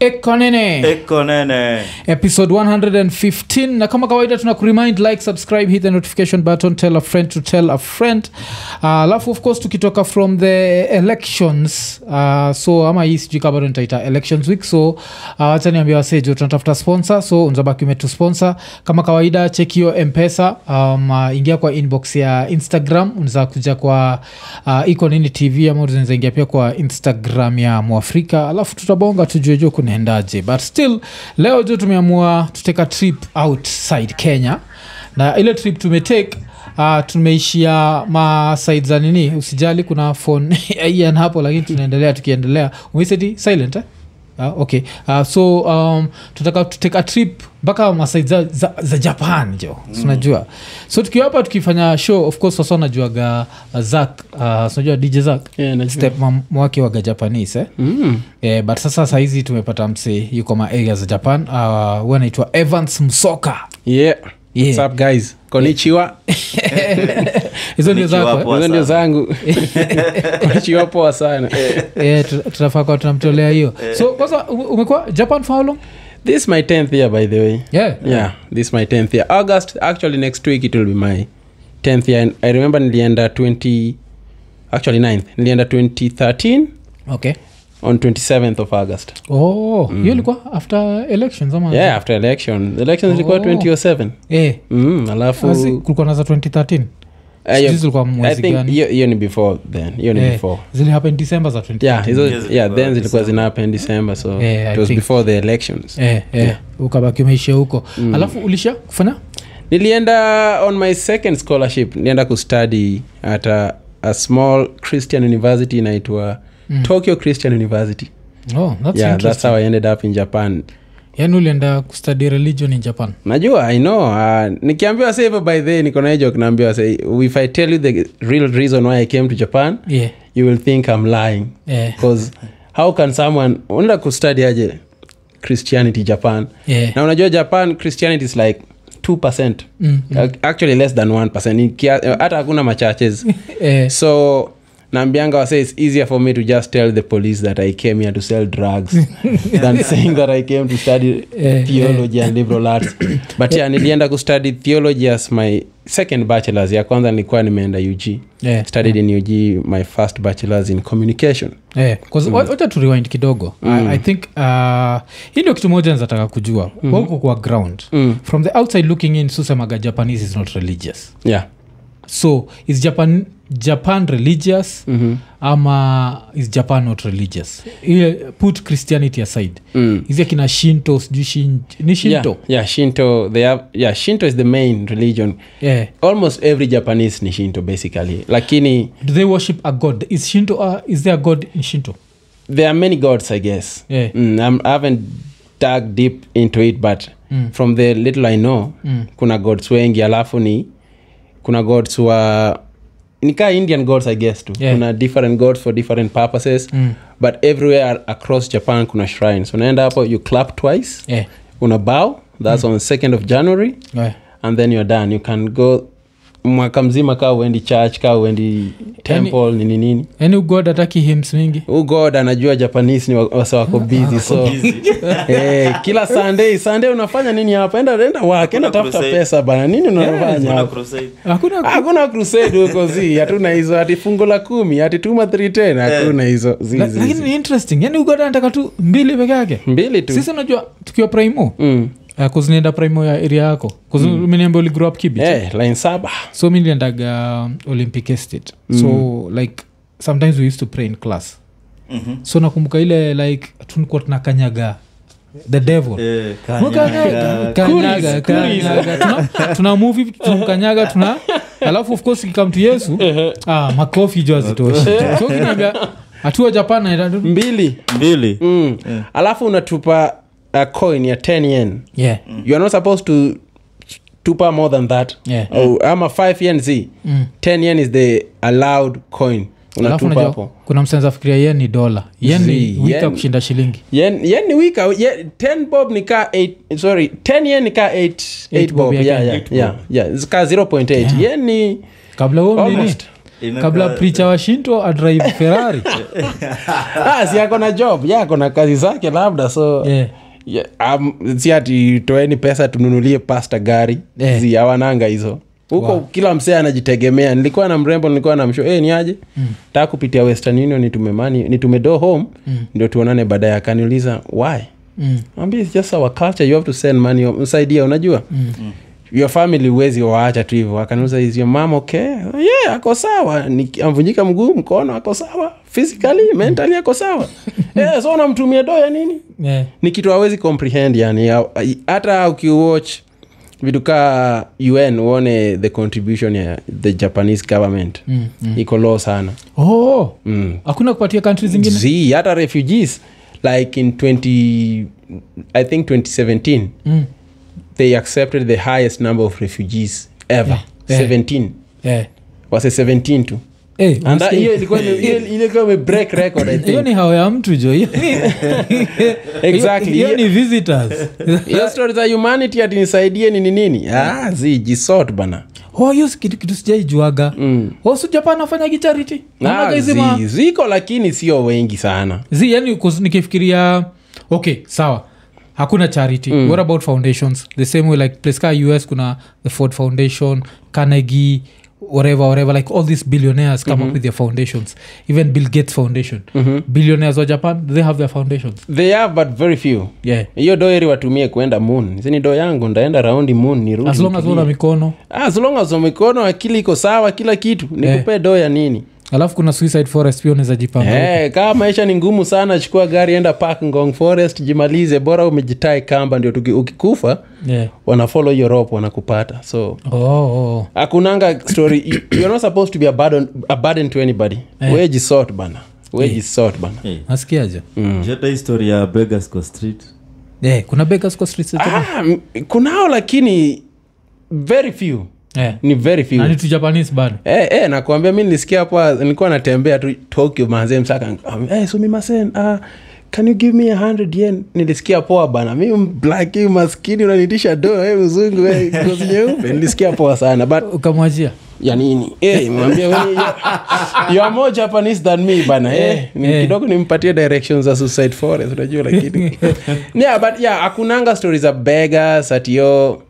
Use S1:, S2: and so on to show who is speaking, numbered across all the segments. S1: ekonene
S2: eko nene
S1: episode 115 na kama kawaida tuna kuremind like subscribe hit the notification button tell a friend to tell a friend Ah, alafu of course tukitoka from the elections ah, so ama hii sijui kabado nitaita elections week so uh, wacha niambia wasejo tunatafuta sponsor so unzabaki umetusponsor kama kawaida cheki hiyo mpesa um, uh, ingia kwa inbox ya instagram unaweza kuja kwa uh, iko nini tv ama unaweza ingia pia kwa instagram ya mwafrika alafu tutabonga tujue juu kunaendaje but still leo juu tumeamua tuteka trip outside kenya na ile trip tumetake Uh, tumeishia masaid za nini usijali kuna phone ian hapo lakini tunaendelea tukiendelea umeseti silent eh? uh, okay uh, so um, tutaka tuteka trip mpaka masai za, za, za japan jo mm. unajua so tukiwa hapa tukifanya show of course wasa unajuaga uh, zak uh, unajua dj zak
S3: Yeah, najua.
S1: stepmam wake waga japanese eh?
S3: Mm.
S1: Eh, but sasa sahizi tumepata msee yuko ma area za japan uh, huwa anaitwa evans msoka
S3: Yeah.
S1: Yeah.
S3: What's up, guys? Konnichiwa.
S1: hizo ndio
S2: Konnichiwa
S1: zako
S2: hapo.
S1: eh?
S2: Poa
S3: Hizo
S2: sana.
S3: ndio zangu Konnichiwa poa sana
S1: Eh, tu- tunafaa kuwa tunamtolea hiyo so kwanza u- umekuwa japan for how long
S3: this is my 10th year by the way
S1: yeah.
S3: yeah this is my 10th year august actually next week it will be my 10th year And i remember nilienda 20 actually 9th nilienda 2013
S1: okay
S3: on 27th of august
S1: oh hiyo ilikuwa after elections ama
S3: yeah after election the election ilikuwa
S1: Oh.
S3: 2007
S1: eh,
S3: mm, alafu
S1: asi- kulikuwa naza 2013
S3: Ah,
S1: sijui
S3: yeah.
S1: zilikuwa
S3: i
S1: mwezi
S3: think
S1: gani.
S3: hiyo hiyo ni before then hiyo ni
S1: Eh,
S3: before
S1: zilihappen december za 2013.
S3: yeah, hizo,
S2: Yes,
S3: yeah
S2: before
S3: then zilikuwa
S2: December.
S3: zinahappen december so
S1: Yeah, I
S3: it was
S1: think.
S3: before the elections
S1: eh, eh, ukabaki umeishia huko
S3: Mm.
S1: alafu ulisha kufanya
S3: nilienda on my second scholarship nilienda kustudy at a, a small christian university inaitwa mm. tokyo christian university
S1: oh, that's
S3: yeah that's
S1: interesting.
S3: how i ended up in japan
S1: yaani ulienda kustudy religion in japan
S3: najua i know uh, nikiambiwa sa hivyo by the niko naijo kinaambiwa sa if i tell you the real reason why i came to japan
S1: yeah.
S3: you will think i'm lying
S1: Eh,
S3: because how can someone unaenda kustudy aje christianity japan
S1: yeah.
S3: na unajua japan christianity is like 2
S1: Mm,
S3: Ac- actually less than 1 Ni kia- hata hakuna machurches
S1: eh,
S3: so nambianga wase its easier for me to just tell the police that i came here to sell drugs than saying that i came to study
S1: Eh,
S3: theology and liberal arts but yeah nilienda kustudy theology as my second bachelors ya kwanza nilikuwa nimeenda ug
S1: eh,
S3: studied in ug my first bachelors in communication
S1: eh. 'Cause
S3: Mm.
S1: wa- wacha tu rewind kidogo I, i think uh, hii ndio kitu moja nzataka kujua mm-hmm. wauko kwa ground
S3: Mm.
S1: from the outside looking in susemaga japanese is not religious
S3: yeah
S1: so is japan japan religious
S3: Mhm.
S1: ama is japan not religious Ile- put christianity aside
S3: Mm.
S1: hizi akina shinto sijui shin, ni shinto
S3: yeah, yeah, shinto they have, yeah shinto is the main religion
S1: yeah.
S3: almost every japanese ni shinto basically lakini
S1: do they worship a god is shinto a, is there a god in shinto
S3: there are many gods i guess
S1: Yeah.
S3: mm, I'm, i haven't dug deep into it but
S1: Mm.
S3: from the little i know kuna gods wengi alafu ni kuna gods wa nika indian gods i guess tu
S1: Yeah. Mm.
S3: kuna different gods for different purposes but everywhere across japan kuna shrines unaenda hapo you clap twice
S1: yeah. Mm.
S3: una bow that's on 2nd of january
S1: yeah.
S3: and then you're done you can go mwaka mzima kaa uendi church kaa
S1: Yaani
S3: uendi temple nini nini
S1: yani god ataki hims mingi
S3: Huu Oh god anajua japanese ni wa- wasa wako busy so hey, kila sunday sunday unafanya nini hapa enda enda wake enda
S2: Hakuna
S3: tafuta
S2: crusade.
S3: pesa bana nini unafanya
S2: Kuna
S3: hapa
S2: crusade.
S1: hakuna
S3: hakuna crusade huko zi hatuna hizo hati fungo la kumi hati tuma 310 hakuna hizo zi,
S1: la-
S3: zi,
S1: lakini
S3: zi.
S1: ni interesting yani god anataka tu mbili peke yake
S3: mbili tu
S1: sisi unajua tukiwa primo
S3: mm.
S1: uh, kuzinaenda primo ya area yako kuzumeniambia mm. uligrow up kibi
S3: hey, Eh, line saba
S1: so mi niliendaga um, olympic estate so
S3: Mm.
S1: like sometimes we used to pray in class
S2: Mhm.
S1: so nakumbuka ile like tulikuwa tunakanyaga the devil
S2: Eh,
S1: Kanyaga, kanyaga, kanyaga. Tuna- tuna muvi tunamkanyaga tuna alafu of course ikikam tu yesu ah, makofi jo azitoshi so kinaambia hatua japan naenda-
S3: mbili
S2: mbili
S3: mm. alafu unatupa a coin ya 10 yen
S1: yeah
S3: you are not supposed to tupa more than that
S1: Yeah.
S3: oh, ama 5 yen z
S1: Mm.
S3: 10 yen is the allowed coin
S1: alafu
S3: unatupa
S1: unajua,
S3: hapo
S1: kuna msenza fikiria yen ni dola yen ni
S3: Zii,
S1: wika
S3: yen-
S1: kushinda shilingi
S3: yen yen ni wika ye- 10 bob ni ka 8 sorry 10 yen ni ka 8
S1: Eight
S3: 8
S1: bob
S3: bob
S1: ya
S3: yeah
S1: Kenya.
S3: yeah yeah yeah it's ka 0.8 yen ni
S1: kabla huo mnini
S3: almost
S2: Imekaa-
S1: kabla pricha washintwa adrive ferrari
S3: ah, si ako na job ya ako na kazi zake labda so
S1: Yeah.
S3: yeah, um, si ati toeni pesa tununulie pasta gari
S1: Yeah.
S3: zi hawananga hizo huko
S1: Wow.
S3: kila msee anajitegemea nilikuwa na mrembo nilikuwa na msho hey, ni aje mm. taa kupitia western union nitume mani nitume do home mm. ndio tuonane baadaye akaniuliza why
S1: Mm.
S3: Ambia, it's just our culture you have to send money msaidia unajua mm. your family huwezi waacha tu hivyo akaniuliza is your mom okay yeah ako sawa Ni- amvunjika mguu mkono ako sawa physically mentally ako sawa yeah, so unamtumia do ya nini
S1: Yeah.
S3: ni kitu awezi comprehend yani Ya- hata ukiwatch vitu kaa un uone the contribution ya the japanese government mm, mm. iko low sana
S1: oh
S3: mm.
S1: hakuna kupatia country zingine
S3: Zii, hata refugees like in 20 i think 2017
S1: Mm.
S3: they accepted the highest number of refugees ever
S1: Yeah, yeah.
S3: 17
S1: Yeah.
S3: wase 17 tu
S1: Eh,
S3: And that-
S1: unasikia?
S3: hiyo ilikuwa ime- hiyo- hiyo ilikuwa imebreak record i
S1: hiyo
S3: think
S1: ni hao ya mtu jo Hiyo ni-
S3: Exactly.
S1: hiyo ni visitors
S3: hiyo story za humanity atinisaidie nini nini ah, zi jisort bana
S1: Oh, hiyo si kitu kitu sijaijuaga wasu japan afanyagi charity
S3: Mm. Ah,
S1: Anaga hizi
S3: zi-
S1: ma-
S3: ziko lakini sio wengi sana
S1: zi yani kus- nikifikiria okay sawa hakuna charity mm. what about foundations the same way like place ka us kuna the ford foundation carnegie whatever whatever like all these billionaires come up with their foundations even bill gates foundation billionaires wa japan they have their foundations
S3: they have but very few
S1: yeah
S3: hiyo doeri watumie kuenda moon sini do yangu ndaenda raundi moon nirudi
S1: as long as una mikono
S3: Ah, as long as mikono akili iko sawa kila kitu nikupee do ya nini
S1: alafu kuna suicide forest pia unaweza jipanga
S3: Eh, kama maisha ni ngumu sana chukua gari enda park ngong forest jimalize bora umejitae kamba ndio tuki- ukikufa
S1: yeah.
S3: wanafolo hiyo rope wanakupata so
S1: oh, oh. oh.
S3: akunanga story you- you're not supposed to be a burden, a burden to anybody
S1: Eh.
S3: we jisort bana we jisort bana
S2: Hey,
S1: nasikiaje
S2: Mm.
S3: Mm.
S2: jota histori ya begasco street
S1: yeah, kuna Bakersfield Street Center.
S3: Ah, m- kunao lakini very few
S1: yeah.
S3: ni very few
S1: Na ni tu japanese bado
S3: Eh, eh, nakuambia mi nilisikia hapa nilikuwa natembea tu tokyo manzee msaka hey, sumimasen uh, can you give me a hundred yen nilisikia poa bana mi mblaki maskini unanitisha do hey, mzungu hey, ngozi nyeupe nilisikia poa sana but
S1: ukamwachia
S3: ya nini Eh, mwambie wewe, you- you are more japanese than me bana eh, ni
S1: eh.
S3: kidogo nimpatie directions za suicide forest unajua lakini yeah but yeah akunanga stories za beggars atio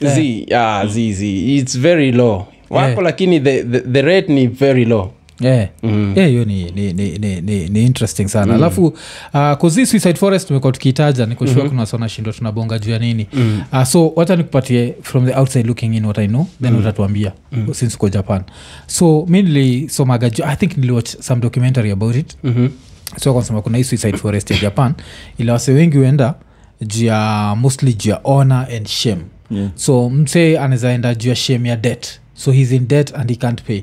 S3: z yeah, z z it's very low wako
S1: Eh.
S3: lakini the, the, the rate ni very low
S1: Eh. Eh, hiyo ni, ni, ni, ni, ni, ni interesting sana alafu uh, kuzi suicide forest tumekuwa tukiitaja nikushua mm-hmm. kuna wasona shindwa tunabonga juu ya nini mm-hmm. uh, so wacha nikupatie from the outside looking in what i know then mm-hmm. utatuambia mm-hmm. since uko japan so mi nilisomaga juu i think niliwatch some documentary about it mm-hmm. so kanasema kuna hii suicide forest ya japan ila wase wengi huenda juu ya mostly juu ya honor and shame
S2: Yeah.
S1: so mse anawezaenda juu ya shame ya debt so he's in debt and he can't pay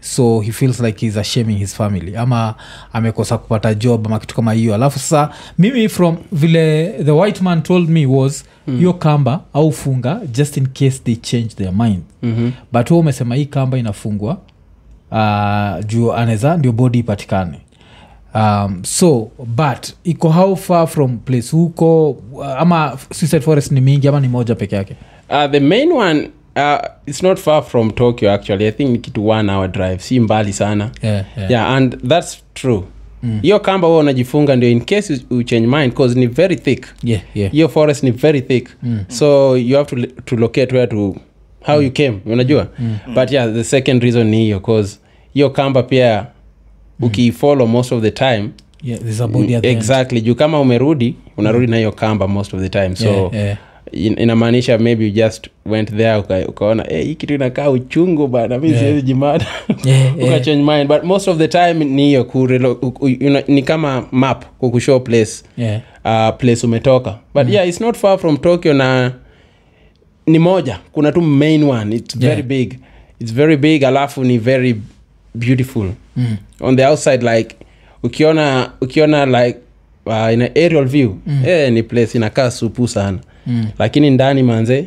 S1: so he feels like he's ashaming his family ama amekosa kupata job ama kitu kama hiyo alafu sasa mimi from vile the white man told me was hiyo mm. kamba au funga just in case they change their mind mm-hmm. but huo umesema hii kamba inafungwa uh, juu anaweza ndio bodi ipatikane um, so but iko how far from place huko uh, ama suicide forest ni mingi ama ni moja peke yake
S3: uh, the main one uh, it's not far from tokyo actually i think ni kitu one hour drive si mbali sana
S1: Yeah, yeah.
S3: yeah. and that's true hiyo kamba huwa unajifunga ndio in case you, you change mind cause ni very thick
S1: yeah, yeah.
S3: hiyo forest ni very thick mm. so you have to, to locate where to how you came unajua mm. but yeah the second reason ni hiyo cause hiyo kamba pia ukiifollow most of the time
S1: Yeah, there's a body Mm. at the end.
S3: exactly juu kama umerudi unarudi na hiyo kamba most of the time so
S1: Yeah, yeah.
S3: in- inamaanisha maybe you just went there uka, ukaona hey, hii kitu inakaa uchungu bana mi
S1: Yeah.
S3: siwezi jimada
S1: Yeah, yeah.
S3: ukachange mind but most of the time ni hiyo ku relo- u- u- una- ni kama map kukushow place
S1: Yeah.
S3: uh, place umetoka but mm. yeah it's not far from tokyo na ni moja kuna tu main one it's
S1: Yeah.
S3: very big it's very big alafu ni very beautiful mm. on the outside like ukiona ukiona like uh, in a aerial view mm. eh, ni place inakaa supu sana mm. lakini ndani manze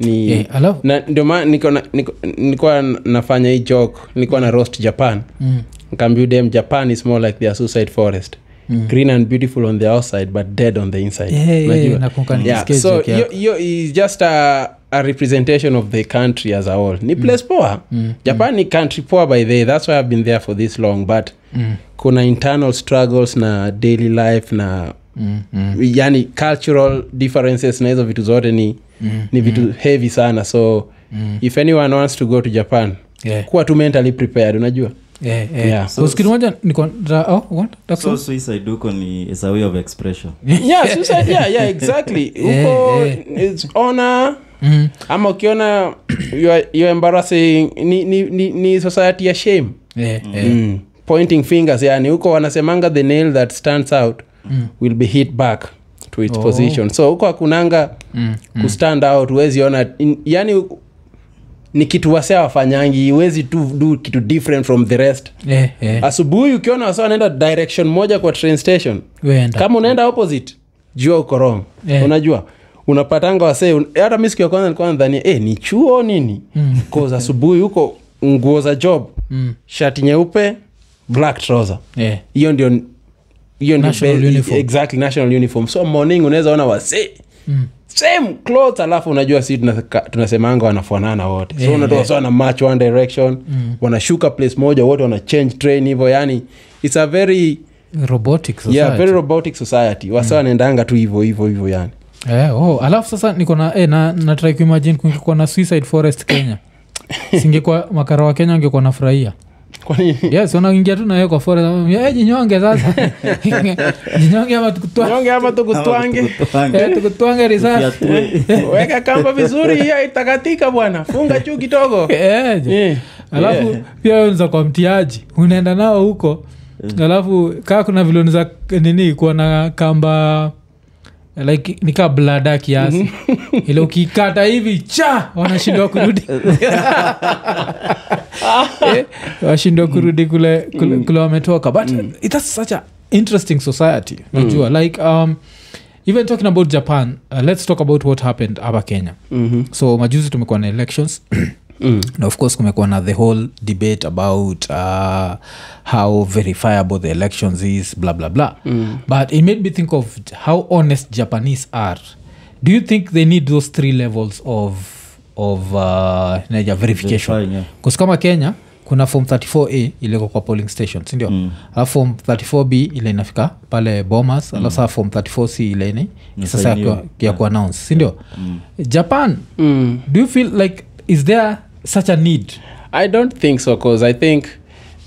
S3: ni
S1: Yeah, alafu-
S3: Eh, na ndio maana niko na- niko- nilikuwa nafanya hii joke nilikuwa na roast japan mm. dem japan is more like their suicide forest mm. green and beautiful on the outside but dead on the inside
S1: Yeah, yeah,
S3: Unajua?
S1: Eh, nakumbuka
S3: Yeah,
S1: nikisikia
S3: so
S1: joke yako.
S3: hiyo- hiyo is just a a representation of the country as a whole ni
S1: Mm.
S3: place poa japan ni country poa by the way. that's why i've been there for this long but
S1: Mm.
S3: kuna internal struggles na daily life na
S1: Mm, mm,
S3: yani cultural differences na hizo vitu zote ni,
S1: mm,
S3: ni vitu heavy sana so
S1: mm.
S3: if anyone wants to go to japan
S1: Yeah,
S3: kuwa tu mentally prepared unajua
S1: yeah, yeah.
S3: Yeah.
S1: So, kitu eh. moja niko- ra- oh, what? That's
S2: so
S3: Mm.
S1: all?
S2: suicide huko ni is a way of expression
S3: yeah, suicide, yeah, yeah, exactly huko it's honor
S1: Mm.
S3: ama ukiona you are, you are embarrassing ni, ni, ni, ni society ya shame
S1: Yeah, yeah.
S3: mm. pointing fingers yani huko wanasemanga the nail that stands out mm. will be hit back to its
S1: Oh.
S3: oh. position so huko hakunanga
S1: Mm, mm.
S3: kustand out huwezi ona in- yani ni kitu wase wafanyangi huwezi tu do kitu different from the rest
S1: Yeah, yeah.
S3: asubuhi ukiona wase wanaenda direction moja kwa train station
S1: Weenda.
S3: kama unaenda opposite jua uko wrong
S1: Eh.
S3: unajua unapatanga wasee un- hata mi siku ya kwanza nilikuwa nadhania eh, ni chuo nini cause asubuhi huko nguo za job
S1: Mm.
S3: shati nyeupe black trouser
S1: Yeah.
S3: hiyo ndio hiyo ndio
S1: National
S3: base-
S1: uniform.
S3: exactly national uniform so morning unaweza ona wasee
S1: Mm.
S3: same clothes alafu unajua si tunaseka- tunasemanga wanafanana wote so
S1: Eh,
S3: unatoa
S1: eh. Mm.
S3: so wana match one direction wanashuka place moja wote wana change train hivyo yani it's a very
S1: Robotic
S3: yeah,
S1: society.
S3: very robotic society wasa wanaendanga tu hivo hivo hivo yani
S1: Eh, oh, alafu sasa niko na eh, na natrai kuimagine kungekuwa na suicide forest kenya singekuwa makara wa kenya angekuwa nafurahia
S3: kwani
S1: yes wanaingia tu nawe kwa forest ah, eh, jinyonge sasa jinyonge ama tukutwa-
S3: nyonge ama tukutwange
S1: eh,
S2: Tukutwange.
S1: tukutwange risasi
S2: Tufiatue.
S3: Eh, weka kamba vizuri hiyo itakatika bwana funga juu kidogo
S1: Eh, je.
S3: Eh.
S1: alafu
S3: Yeah.
S1: pia wewe unza kwa mtiaji unaenda nao huko alafu kaa kuna viloni za nini kuwa na kamba like nikaa blada kiasi ile ukikata hivi cha wanashindwa kurudi Eh, washindwa kurudi kule, kule, kule wametoka but its such a interesting society najua like um, even talking about japan uh, let's talk about what happened hapa kenya
S3: Mhm.
S1: so majuzi tumekuwa na elections
S3: Mm.
S1: na of course kumekuwa na the whole debate about uh, how verifiable the elections is bla bla bla mm. but it made me think of how honest japanese are do you think they need those three levels of of uh, naja verification
S2: Verifying, yeah.
S1: bcause kama kenya kuna form 34a iliyoko kwa polling station sindio mm. alafu form 34b ile inafika pale bomas alafu saa form 34c ile ni Mm. ni sasa ya
S2: Inasainiwa.
S1: ku- ya kuannounce sindio japan
S3: Mm.
S1: do you feel like is there such a need
S3: i don't think so cause i think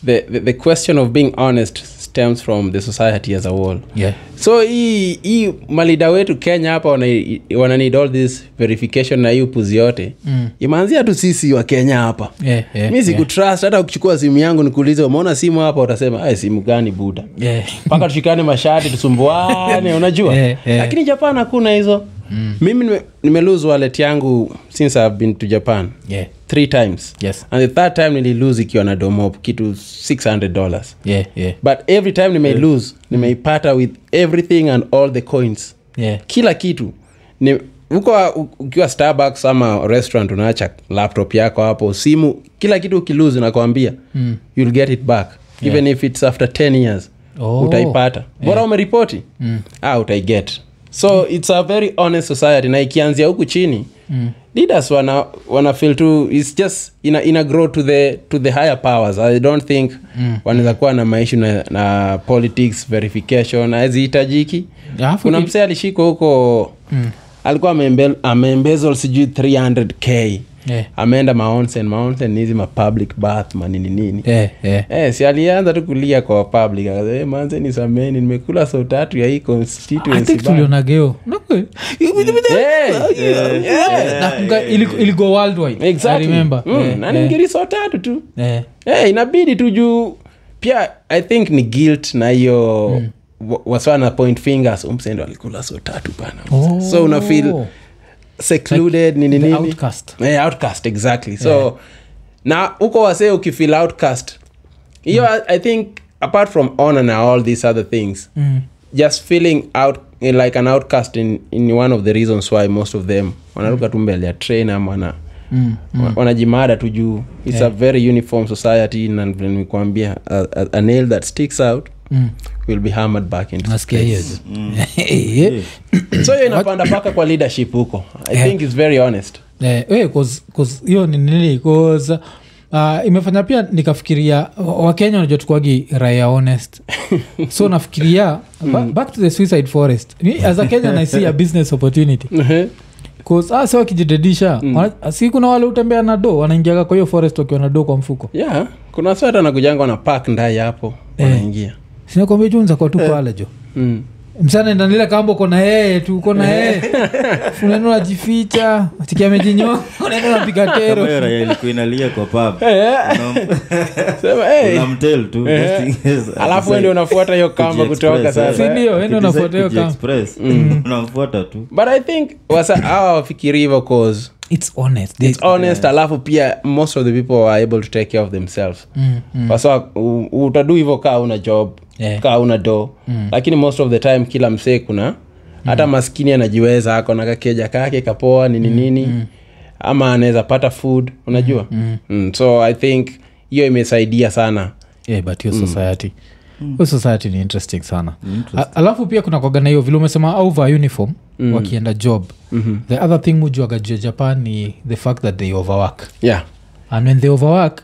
S3: the, the, the question of being honest stems from the society as a whole
S1: yeah.
S3: so hii hii malida wetu kenya hapa wana- wana need all this verification na hii upuzi yote mm. imeanzia tu sisi wa kenya hapa
S1: Yeah, yeah,
S3: mi sikutrust hata ukichukua simu yangu nikuulize umeona simu hapa utasema "Ai, simu gani buda
S1: yeah.
S3: mpaka tushikane mashati tusumbuane unajua
S1: Eh, eh.
S3: lakini japan hakuna hizo mm. mimi nime- nimelose wallet yangu since i've been to japan
S1: Yeah.
S3: three times
S1: Yes.
S3: and the third time nililose ikiwa na domop kitu 600 dollars
S1: Yeah, yeah.
S3: but every time nimeilose nimeipata with everything and all the coins
S1: Yeah.
S3: kila kitu ni huko u- ukiwa starbucks ama restaurant unaacha laptop yako hapo simu kila kitu ukilose nakwambia
S1: Hmm.
S3: mm. you'll get it back yeah. even if it's after 10 years
S1: Oh. Hmm.
S3: utaipata bora umeripoti mm. ah, utaiget so it's a very honest society na ikianzia huku chini
S1: Hmm.
S3: mm. leaders wana, wana feel to it's just ina, ina grow to the, to the higher powers i don't think
S1: Hmm.
S3: mm. wanaweza kuwa na maishu na, na politics verification hazihitajiki
S1: Alafu
S3: kuna
S1: ki-
S3: msee alishikwa huko mm. alikuwa ameembe- ameembezol sijui 300k
S1: Yeah.
S3: ameenda maonsen maonsen ni hizi mapublic bath manini nini
S1: Yeah, yeah.
S3: Eh, si alianza tu kulia kwa public akasema, "Eh, manze ni sameni nimekula so tatu ya hii
S1: I
S3: constituency
S1: think
S3: bana."
S1: tulionageo Na kweli.
S3: Eh, eh, eh.
S1: Na kumbuka ili- iligo worldwide
S3: Exactly.
S1: I remember
S3: Mm,
S1: Yeah,
S3: na
S1: yeah.
S3: ningiri so tatu tu
S1: Yeah.
S3: Eh, inabidi tu juu pia i think ni guilt na hiyo
S1: Mm.
S3: wa- waswana point fingers umsendo alikula so tatu bana
S1: Oh.
S3: so una feel secluded nini
S1: The
S3: nini
S1: outcast
S3: yeah, Eh, outcast exactly so na huko wasee ukifeel outcast hiyo I- i think apart from honor na all these other things
S1: Mm.
S3: just feeling out eh, like an outcast in, in one of the reasons why most of them wanaruka tu mbele ya train ama wana
S1: Mm.
S3: wa- wanajimada tu juu its a very uniform society na vile nimekuambia a, a, a nail that sticks out
S1: Mm.
S3: will be hammered back into
S1: nasikia hiyo
S3: place.
S1: Mm. Yeah.
S3: so hiyo inapanda mpaka kwa leadership huko i
S1: Yeah.
S3: think its very honest
S1: Eh, eh, cause- cause hiyo ni nini cause Uh, imefanya pia nikafikiria wa- wakenya unajua tukwagi raia honest so nafikiria ba, back to the suicide forest Me, as a kenyan i see a business opportunity
S3: Ehe.
S1: cause ah, si wakijidedisha
S3: Mm.
S1: mm. si kuna wale utembea na do wanaingiaga kwa hiyo forest wakiwa na do kwa mfuko
S3: yeah kuna swata nakujanga na pak ndai hapo
S1: Eh.
S3: wanaingia
S1: sinakwambia junza kwa tu pale jo
S3: mm.
S1: msanaenda nile kambo kona yeye tu kona yeye unaenda unajificha tikia mejinyo unaenda unapiga
S2: Kama
S1: tero
S2: hiyo raia ilikuwa inalia kwa pub
S1: Eh.
S2: Unam-
S3: Eh, Sema, hey. Eh,
S2: unamtell tu just in case.
S3: alafu wewe ndio unafuata hiyo kamba kutoka
S2: Kujiexpress, eh.
S1: Si
S3: sasa Mm.
S1: ndio, wewe ndio
S2: Ukidecide
S1: unafuata hiyo kama.
S2: kujiexpress, unamfuata tu
S3: but i think wasa awa wafikiri hivyo cause
S1: It's honest. They-
S3: it's honest alafu pia most of the people are able to take care of themselves
S1: Mm, mm. Eh.
S3: wasa u- utadu hivyo kaa una job
S1: Yeah.
S3: kaa una do
S1: Mm.
S3: lakini most of the time kila msee kuna hata maskini anajiweza ako na kakeja kake kapoa nini
S1: Mm,
S3: nini ama anaweza pata food unajua Mm, so i think hiyo imesaidia sana
S1: yeah, but hiyo society hiyo society ni interesting sana A- alafu pia kuna kwagana hiyo vile umesema over uniform wakienda job the other thing mujuaga juu ya japan ni the fact that they overwork
S3: yeah
S1: and when they overwork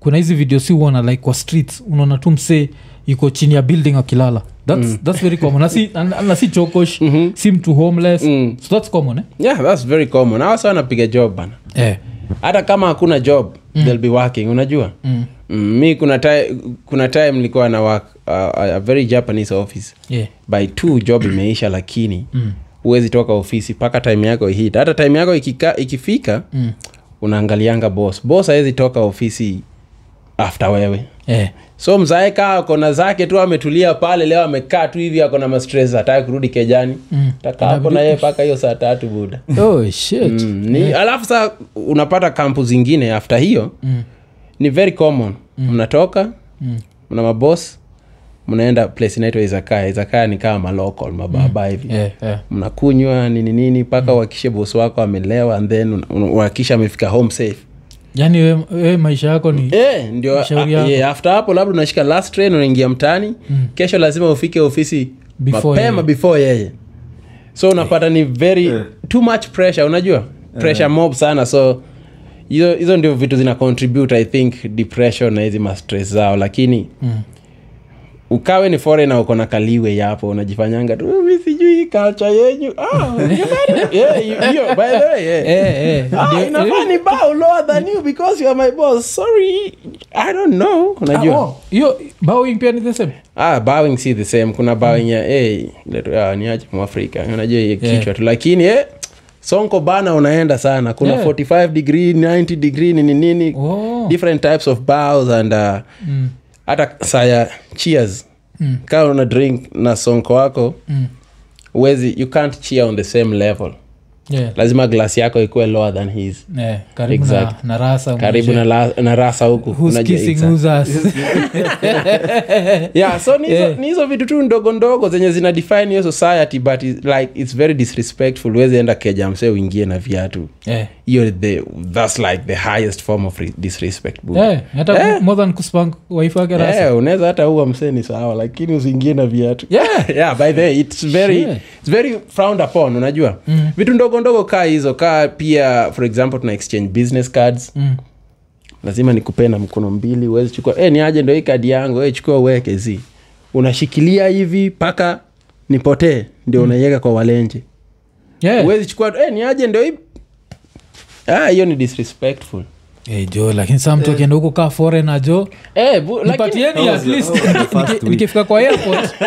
S1: kuna hizi video si uona like kwa streets unaona tu msee yuko chini ya building akilala that's, that's very common na si- na na si chokosh si mtu homeless so that's common eh?
S3: yeah that's very common awasa wanapiga job bana
S1: eh.
S3: hata kama hakuna job mm. they'll be working unajua mm. Mm, mi kuna time, kuna time nilikuwa na work uh, a very japanese office
S1: Yeah.
S3: by two job imeisha lakini huwezi toka ofisi mpaka time yako ihit hata time yako ikika, ikifika mm. unaangalianga boss boss hawezi toka ofisi after wewe
S1: Eh.
S3: so mzae kaa akona zake tu ametulia pale leo amekaa tu hivi akona mastres hataki kurudi kejani mm. na yeye mpaka hiyo saa tatu buda
S1: oh, shit.
S3: Mm, ni, alafu saa unapata kampu zingine after hiyo mm. ni very common mm. mnatoka mm. mna mabos mnaenda place inaitwa izakaya izakaya ni kama malocal mababa hivi
S1: Eh, eh.
S3: mnakunywa nini nini mpaka uhakishe bos wako amelewa and then una- una- uhakishe amefika home safe
S1: yaani we, we maisha yako ni
S3: Eh, ndio
S1: Shauri
S3: a-
S1: yako. Hmm.
S3: yeah, after hapo labda unashika last train unaingia mtaani mm. kesho lazima ufike ofisi
S1: Before
S3: mapema
S1: yeye.
S3: before yeye so unapata ni very
S2: Eh.
S3: too much pressure unajua pressure mob sana so hizo hizo ndio vitu zina contribute i think depression na hizi mastress zao lakini
S1: Hmm.
S3: mm. ukawe ni foreigner uko na kaliwe yapo unajifanyanga tu "Oh, mi sijui culture yenyu Ah, yeah, hiyo, by the way, yeah.
S1: Eh, eh.
S3: Ah,
S1: Ndio-
S3: inafaa ni bow lower than you because you are my boss. Sorry, I don't know. Unajua?
S1: Ah, oh, hiyo bowing pia ni the same
S3: Ah, bowing si the same. Kuna bowing ya eh letu ah, niache Mwafrika. Unajua hiyo
S1: Yeah.
S3: kichwa tu. Lakini eh sonko bana unaenda sana. Kuna
S1: Yeah.
S3: 45 degree, 90 degree nini nini.
S1: Oh. Mm.
S3: Different types of bows and uh, hata saya cheers. Mm. Kama una drink na sonko wako,
S1: Mm.
S3: huwezi you can't cheer on the same level.
S1: yeah.
S3: Lazima glass yako ikuwe lower than his
S1: Eh, karibu
S3: Exactly.
S1: na, na rasa
S3: karibu na,
S1: mwisho.
S3: la, na rasa huku
S1: Who's
S3: Unajua,
S1: kissing
S3: exact.
S1: who's ass?
S3: yeah, so ni hizo
S1: Yeah.
S3: ni hizo vitu tu ndogo ndogo zenye zina define hiyo society but it's like it's very disrespectful huwezi enda keja msee uingie na viatu
S1: Eh,
S3: hiyo the that's like the highest form of re- disrespect bro.
S1: eh, hata
S3: Eh.
S1: more than kuspank wife wake rasa
S3: Eh, unaweza hata uwa msee ni sawa lakini usiingie na viatu
S1: Yeah.
S3: yeah, by the way, it's very,
S1: Sure.
S3: it's very frowned upon unajua mm. vitu ndogo ndogo kaa hizo kaa pia for example tuna exchange business cards
S1: Mm.
S3: lazima nikupee na mkono mbili uwezi chukua eh, niaje ndo hii kadi yangu eh, chukua uweke zi unashikilia hivi mpaka nipotee ndio unaiweka kwa walenje
S1: Yeah.
S3: uwezi chukua Mm. eh, niaje ndo hii Ah, hiyo ni disrespectful
S1: Eh, jo lakini saa mtu akienda huko kaa forena jo
S3: eh, bu, lakini,
S1: nipatieni
S2: That
S1: at
S2: was the-
S1: least
S2: that was the first
S1: Niki-
S2: week.
S1: nikifika kwa airport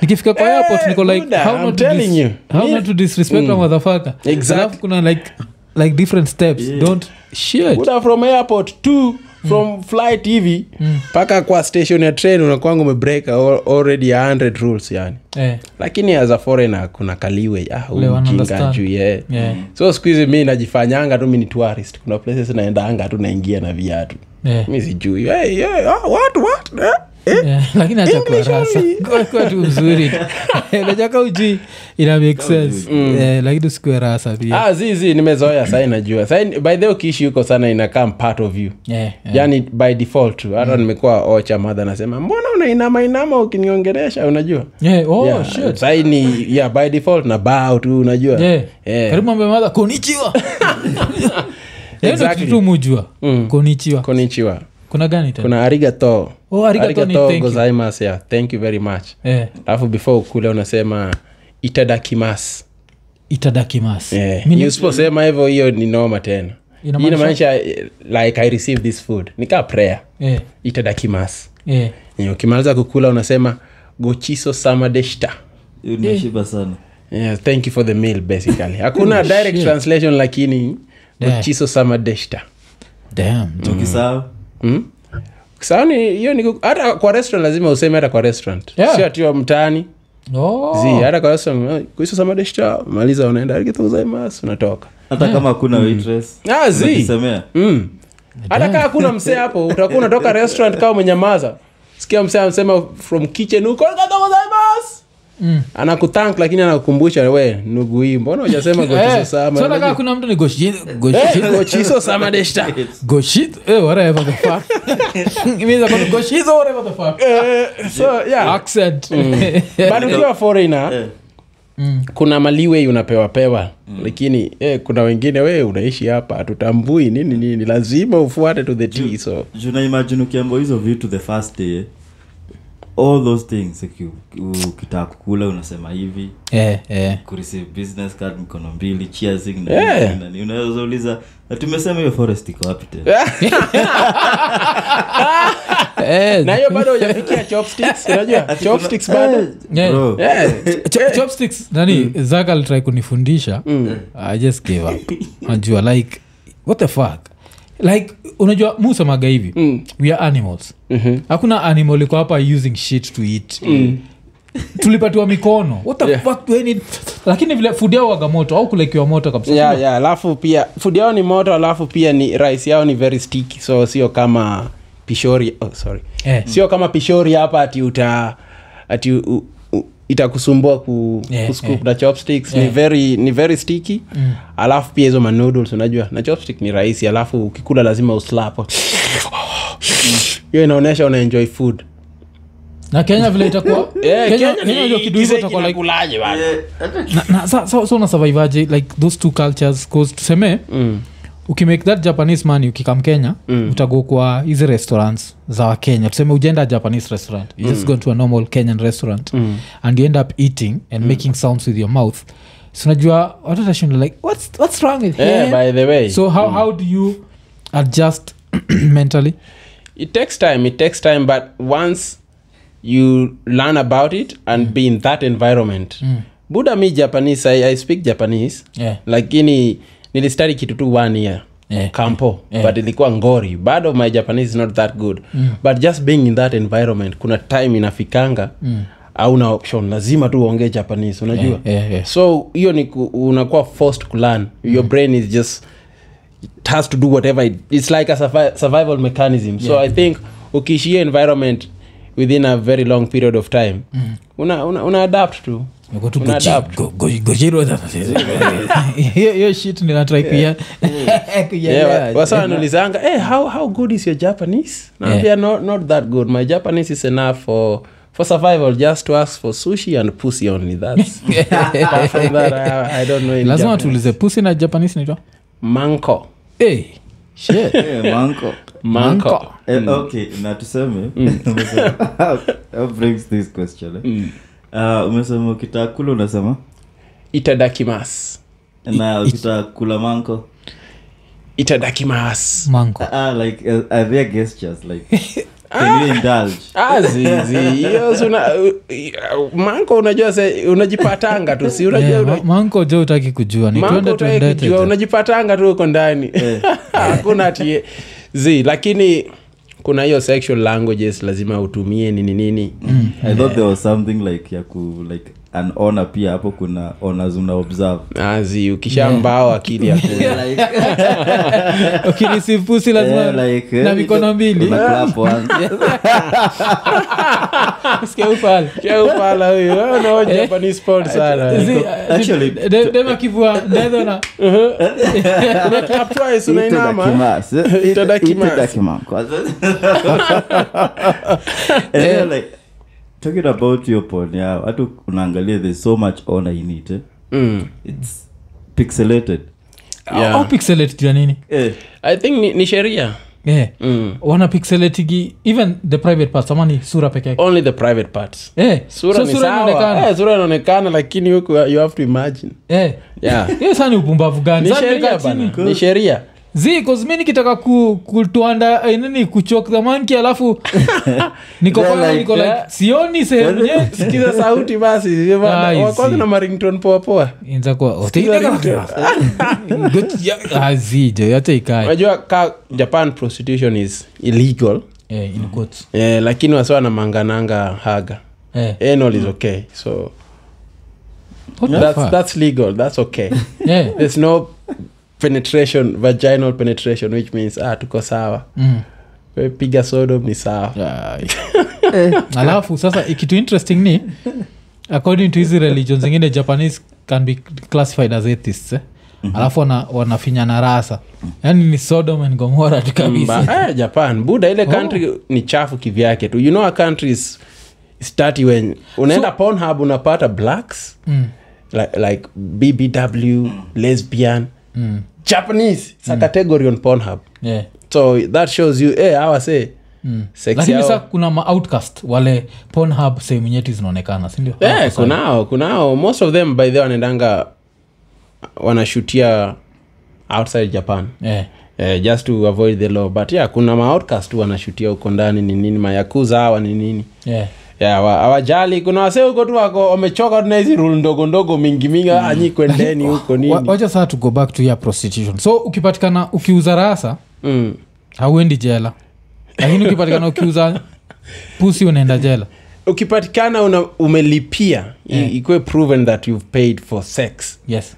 S1: nikifika kwa airport
S3: Eh,
S1: niko like
S3: Buddha,
S1: how
S3: I'm
S1: not to
S3: telling
S1: dis-
S3: you.
S1: how
S3: Yeah.
S1: not to disrespect a motherfucker
S3: Exactly.
S1: Alafu kuna like like different steps don't shit
S3: buda from airport to from flight hivi mpaka kwa station ya train unakwanga umebreak al- already ya 100 rules yani
S1: eh,
S3: lakini as a foreigner kuna kaliwe ah, huyu
S1: Ule wana
S3: mjinga
S1: understand.
S3: juu yeah.
S1: Yeah.
S3: so siku hizi mi najifanyanga tu mi ni tourist kuna places naendanga tu naingia na viatu
S1: eh.
S3: mi sijui hey, yeah, ah, what, what, eh?
S1: Yeah, lakini acha kuwa
S3: English
S1: rasa.
S3: only.
S1: Kuwa- kuwa tu mzuri tu. Eh, unajua kama hujui, ina make sense Eh, lakini usikuwe rasa pia
S3: Mm. ah, zi zi nimezoea sai najua sai by the way, ukiishi huko sana inakaa part of you
S1: Eh, eh.
S3: yani by default tu. hata
S1: Mm.
S3: nimekuwa ocha madha nasema mbona unainama inama ukiniongeresha unajua
S1: Yeah, oh,
S3: Yeah,
S1: shit.
S3: sai ni yeah, by default na bao tu unajua
S1: Yeah.
S3: Yeah.
S1: karibu ambe madha konichiwa
S3: Exactly.
S1: tu mujua konichiwa
S3: Konnichiwa.
S1: kuna gani tena
S3: kuna arigato
S1: Oh, arigato ni thank you.
S3: gozaimas yeah. thank you very much
S1: eh,
S3: alafu before ukule unasema itadakimas
S1: itadakimas
S3: yeah.
S1: Mini-
S3: usiposema hivyo hiyo ni noma tena Hii
S1: Inamaanisha-
S3: inamaanisha eh, like i receive this food nikaa prayer
S1: eh,
S3: itadakimas
S1: eh.
S3: yeah, ukimaliza kukula unasema gochiso samadeshita
S2: Hiyo
S3: Eh.
S2: nimeshiba sana
S3: yeah, thank you for the meal basically hakuna direct translation lakini
S1: Yeah.
S3: gochiso samadeshita
S1: Damn.
S2: tukisahau
S3: Mm? saani hiyo ni ku- hata kwa restaurant lazima useme hata kwa restaurant
S1: Yeah.
S3: sio atiwa mtaani
S1: Oh.
S3: zi hata kwa restaurant "Eh, kuiso samadeshita maliza unaenda arigato gozaimasu unatoka
S2: hata kama hakuna waitress
S3: Ah, zi.
S2: unakisemea.
S3: Mm. hata kaa kuna msee hapo utakuwa unatoka restaurant kama umenyamaza sikia msee amsema from kitchen huko "Arigatou gozaimasu."
S1: Mm.
S3: anakuthank lakini anakukumbusha we nugu hii mbona ujasema
S1: Eh,
S3: gochiso
S1: so hata kama
S3: sama
S1: kuna mtu ni goshi- goshi-
S3: Eh, gochiso sama deshita
S1: goshi- eh, whatever the fuck. It means I'm gonna goshi- so whatever the fuck.
S3: Eh, so
S1: Ah,
S3: yeah
S1: Accent.
S3: bado ukiwa foreigner
S2: Eh,
S3: kuna maliwe unapewa pewa lakini eh, kuna wengine we unaishi hapa hatutambui nini nini lazima ufuate to the t so
S2: juu na imagine ukiamba hizo vitu the first day eh, all those things uki- uki- ukitaka kukula unasema hivi
S1: Eh, eh.
S2: kureceive business card mkono mbili cheersing na
S3: Yeah.
S2: nini na nini. unaweza uliza na tumesema hiyo forest iko wapi tena
S1: Eh,
S3: na hiyo bado hujafikia chopsticks unajua chopsticks bado
S1: Yeah.
S2: Bro,
S3: Eh, Mm.
S1: Cho- chopsticks nani zaka alitry kunifundisha i just gave up najua like what the fuck like unajua musemaga hivi
S3: Mm.
S1: we are animals
S3: Mm-hmm.
S1: hakuna animal iko hapa using shit to eat tulipatiwa mikono what the
S3: Mm. Yeah.
S1: fuck do I need? lakini vile food yao waga moto au kulekiwa moto kabisa
S3: yeah, yeah, alafu pia food yao ni moto alafu pia ni rice yao ni very sticky so sio kama pishori oh, sorry
S1: Eh.
S3: sio kama pishori hapa ati uta ati u, u, itakusumbua ku,
S1: Eh,
S3: kuscoop
S1: eh.
S3: na chopsticks ni
S1: Eh.
S3: very ni very sticky
S1: Mm.
S3: alafu pia hizo manoodles unajua na chopstick ni rahisi alafu ukikula lazima uslap hiyo inaonyesha una enjoy food
S1: na kenya vile itakuwa
S3: Eh,
S1: Kenya-
S3: Kenya
S1: Kenya
S3: ni-
S1: ndio kitu
S3: kize
S1: hivyo itakuwa like
S3: kinakulaje bana?
S1: na, na, sa, sa, so unasurvivaje like those two cultures cause tuseme
S3: Mm.
S1: ukimake that japanese money ukikam kenya mm. utago kwa hizi restaurants za wakenya tuseme ujenda japanese restaurant you
S3: Mm.
S1: just go to a normal kenyan restaurant mm. and you end up eating and mm. making sounds with your mouth sinajua watu tashinda like what's, what's wrong with
S3: Eh,
S1: him
S3: by the way Mm.
S1: so how, how do you adjust mentally
S3: it takes time it takes time but once you learn about it and
S1: Mm.
S3: be in that environment buda mi japanese I, i speak japanese
S1: Yeah.
S3: lakini nilistari kitu tu one year
S1: Yeah.
S3: kampo
S1: Yeah. Mm.
S3: but ilikuwa ngori bado my japanese is not that good but just being in that environment kuna time inafikanga auna option lazima tu uongee japanese unajua
S1: Mm. yeah, Mm. yeah.
S3: so hiyo ni ku, unakuwa forced to learn your brain is just it has to do whatever it, it's like a survi survival mechanism so i think ukiishia environment within a very long period of time una, una, una adapt to
S1: Niko tu
S3: Una
S1: goji-
S3: adapt.
S1: go- goji- gojiro hiyo hiyo shit ninatrai
S3: yeah,
S1: kuielewa
S3: wasa nulizanga hey, how, how good is your japanese naambia no, not that good my japanese is enough for for survival just to ask for sushi and pussy only that's apart from that I, i don't know any
S1: lazima
S3: Japanese.
S1: tuulize pusi na japanese naitwa
S3: manko
S1: hey, shit.
S2: eh, manko
S3: manko,
S1: Manko.
S2: Eh,
S3: Hmm.
S2: okay na tuseme umesema- That brings this question eh.
S3: Hmm.
S2: Ah, umesema ukitaka kula unasema
S3: itadakimas
S2: na ukitaka kula manko
S3: itadakimas
S1: mango
S2: ah, like uh, are there gestures like can
S1: Ah.
S2: you indulge
S3: azizi Ah, hiyo si una- uh, manko unajua se- unajipatanga tu si unajua
S1: Yeah,
S3: una-
S1: Eh, ma- mango jo utaki kujua ni
S3: manko
S1: tuende
S3: utaki
S1: tuendete Eh.
S3: kujua
S1: jo.
S3: unajipatanga tu huko ndani hakuna tie zi lakini kuna hiyo sexual languages lazima utumie nini nini
S1: Mm.
S2: i thought there was something like ya ku like an honor pia hapo kuna honors una observe
S3: nazi ukishambao akili ya ku-
S1: ukireceive pusi
S2: Yeah,
S1: lazima
S2: like,
S1: na
S2: eh,
S1: mikono mbili
S2: una clap once.
S1: sikia upale
S3: Cheo pala huyu, wewe unao
S1: Eh.
S3: Japanese porn sana.
S2: Actually,
S1: demakivua ndethona
S3: Clap twice, unainama.
S2: Itadakimasu. It-
S3: Itadakimasu.
S2: itadakimasu. Kwanza. And then, like, talking about your porn yeah, watu unaangalia there's so much honor in it eh?
S3: Mm.
S2: it's pixelated
S3: Yeah.
S1: au pixelate jua nini
S2: eh,
S3: i think ni, ni sheria
S1: yeah.
S3: mm.
S1: wana pixelatigi even the private parts ama ni sura peke yake
S3: only the private parts
S1: Eh,
S3: sura
S1: so
S3: ni
S1: sura
S3: sawa.
S1: inaonekana.
S3: Eh, sura inaonekana lakini huku you have to imagine
S1: Eh.
S3: yeah.
S1: Hiyo sasa ni upumbavu gani
S3: ni
S1: Sasa nimekaa
S3: sheria
S1: chini.
S3: bana ni sheria
S1: Zii, 'cause mi nikitaka ku, kutuanda eh, nini kuchok the monkey alafu niko
S2: They're
S1: pale,
S2: like,
S1: niko like
S3: yeah. Yaani-
S1: sioni sehemu yetu
S3: sikiza sauti basi
S1: Ah, I
S3: wakwanza
S1: see.
S3: na marington poapoa
S1: Inza kuwa,
S3: Sikiza ringtone.
S1: Good- ya- ah, zii, jo, hata ikae.
S3: unajua ka japan prostitution is illegal
S1: Eh, in quotes.
S3: eh, lakini wasi wanamangananga haga
S1: Eh,
S3: anal is okay so
S1: what the
S3: that's,
S1: fuck?
S3: that's legal that's okay
S1: Eh,
S3: there's no penetration vaginal penetration which means ah tuko sawa
S1: mm.
S3: We piga sodom ni sawa Eh.
S1: alafu sasa i- kitu interesting ni according to hizi religion zingine japanese can be classified as atheists eh?
S3: Mhm.
S1: alafu wana- wanafinyana rasa yaani ni sodom and gomora tu kabisa
S3: Mba- eh, japan buda ile
S1: Oh.
S3: country ni chafu kivyake tu you know a country is is dirty when unaenda pornhub unapata blacks
S1: Mm.
S3: like, like bbw lesbian
S1: Mm.
S3: japanese sa category on pornhub
S1: Yeah.
S3: so that shows you eh awa say
S1: Mm.
S3: sex
S1: lakini
S3: yao-
S1: sa kuna maoutcast wale ponhub sehemu nyeti zinaonekana sindio
S3: eh, kunao kunao most of them by the way wanaendanga wanashutia outside japan
S1: yeah.
S3: eh, just to avoid the law but yeah kuna maoutcast tu wanashutia huko ndani ni nini mayakuza hawa ni nini
S1: Yeah.
S3: Yeah, awa- awajali kuna wasee huko tu wako wamechoka tuna hizi rule ndogo ndogo mingi mingi ah, nyi kwendeni huko
S1: Mm. Wa-
S3: nini
S1: wacha saa to go back to ya prostitution so ukipatikana ukiuza rasa
S3: mm.
S1: hauendi jela lakini ukipatikana ukiuza pusi unaenda jela
S3: ukipatikana una, umelipia yeah. ikuwe proven that you've paid for sex
S1: yes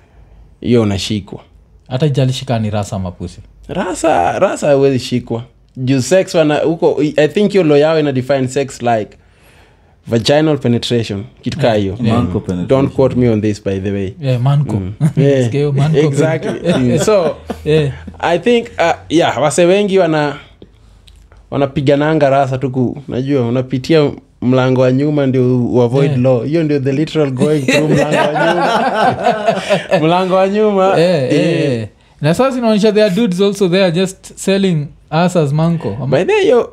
S3: hiyo unashikwa
S1: hata ijalishika ni rasa mapusi
S3: rasa rasa hawezi shikwa juu sex wana huko i think hiyo law yao ina define sex like vaginal penetration kitu kaa hiyo
S2: Manko penetration.
S3: don't quote me on this by the way
S1: Eh, manko
S3: Yeah,
S1: Sikia hiyo manko.
S3: Mm. Eh, exactly so
S1: Eh,
S3: i think uh, yeah wase wengi wana wanapigananga rasa tuku najua unapitia mlango wa nyuma ndio u- uavoid
S1: Yeah.
S3: law hiyo ndio the literal going through mlango wa nyuma mlango wa nyuma
S1: eh,
S3: eh.
S1: eh. na sasa inaonyesha their dudes also they are just selling us as manko Ama-
S3: by the way, yo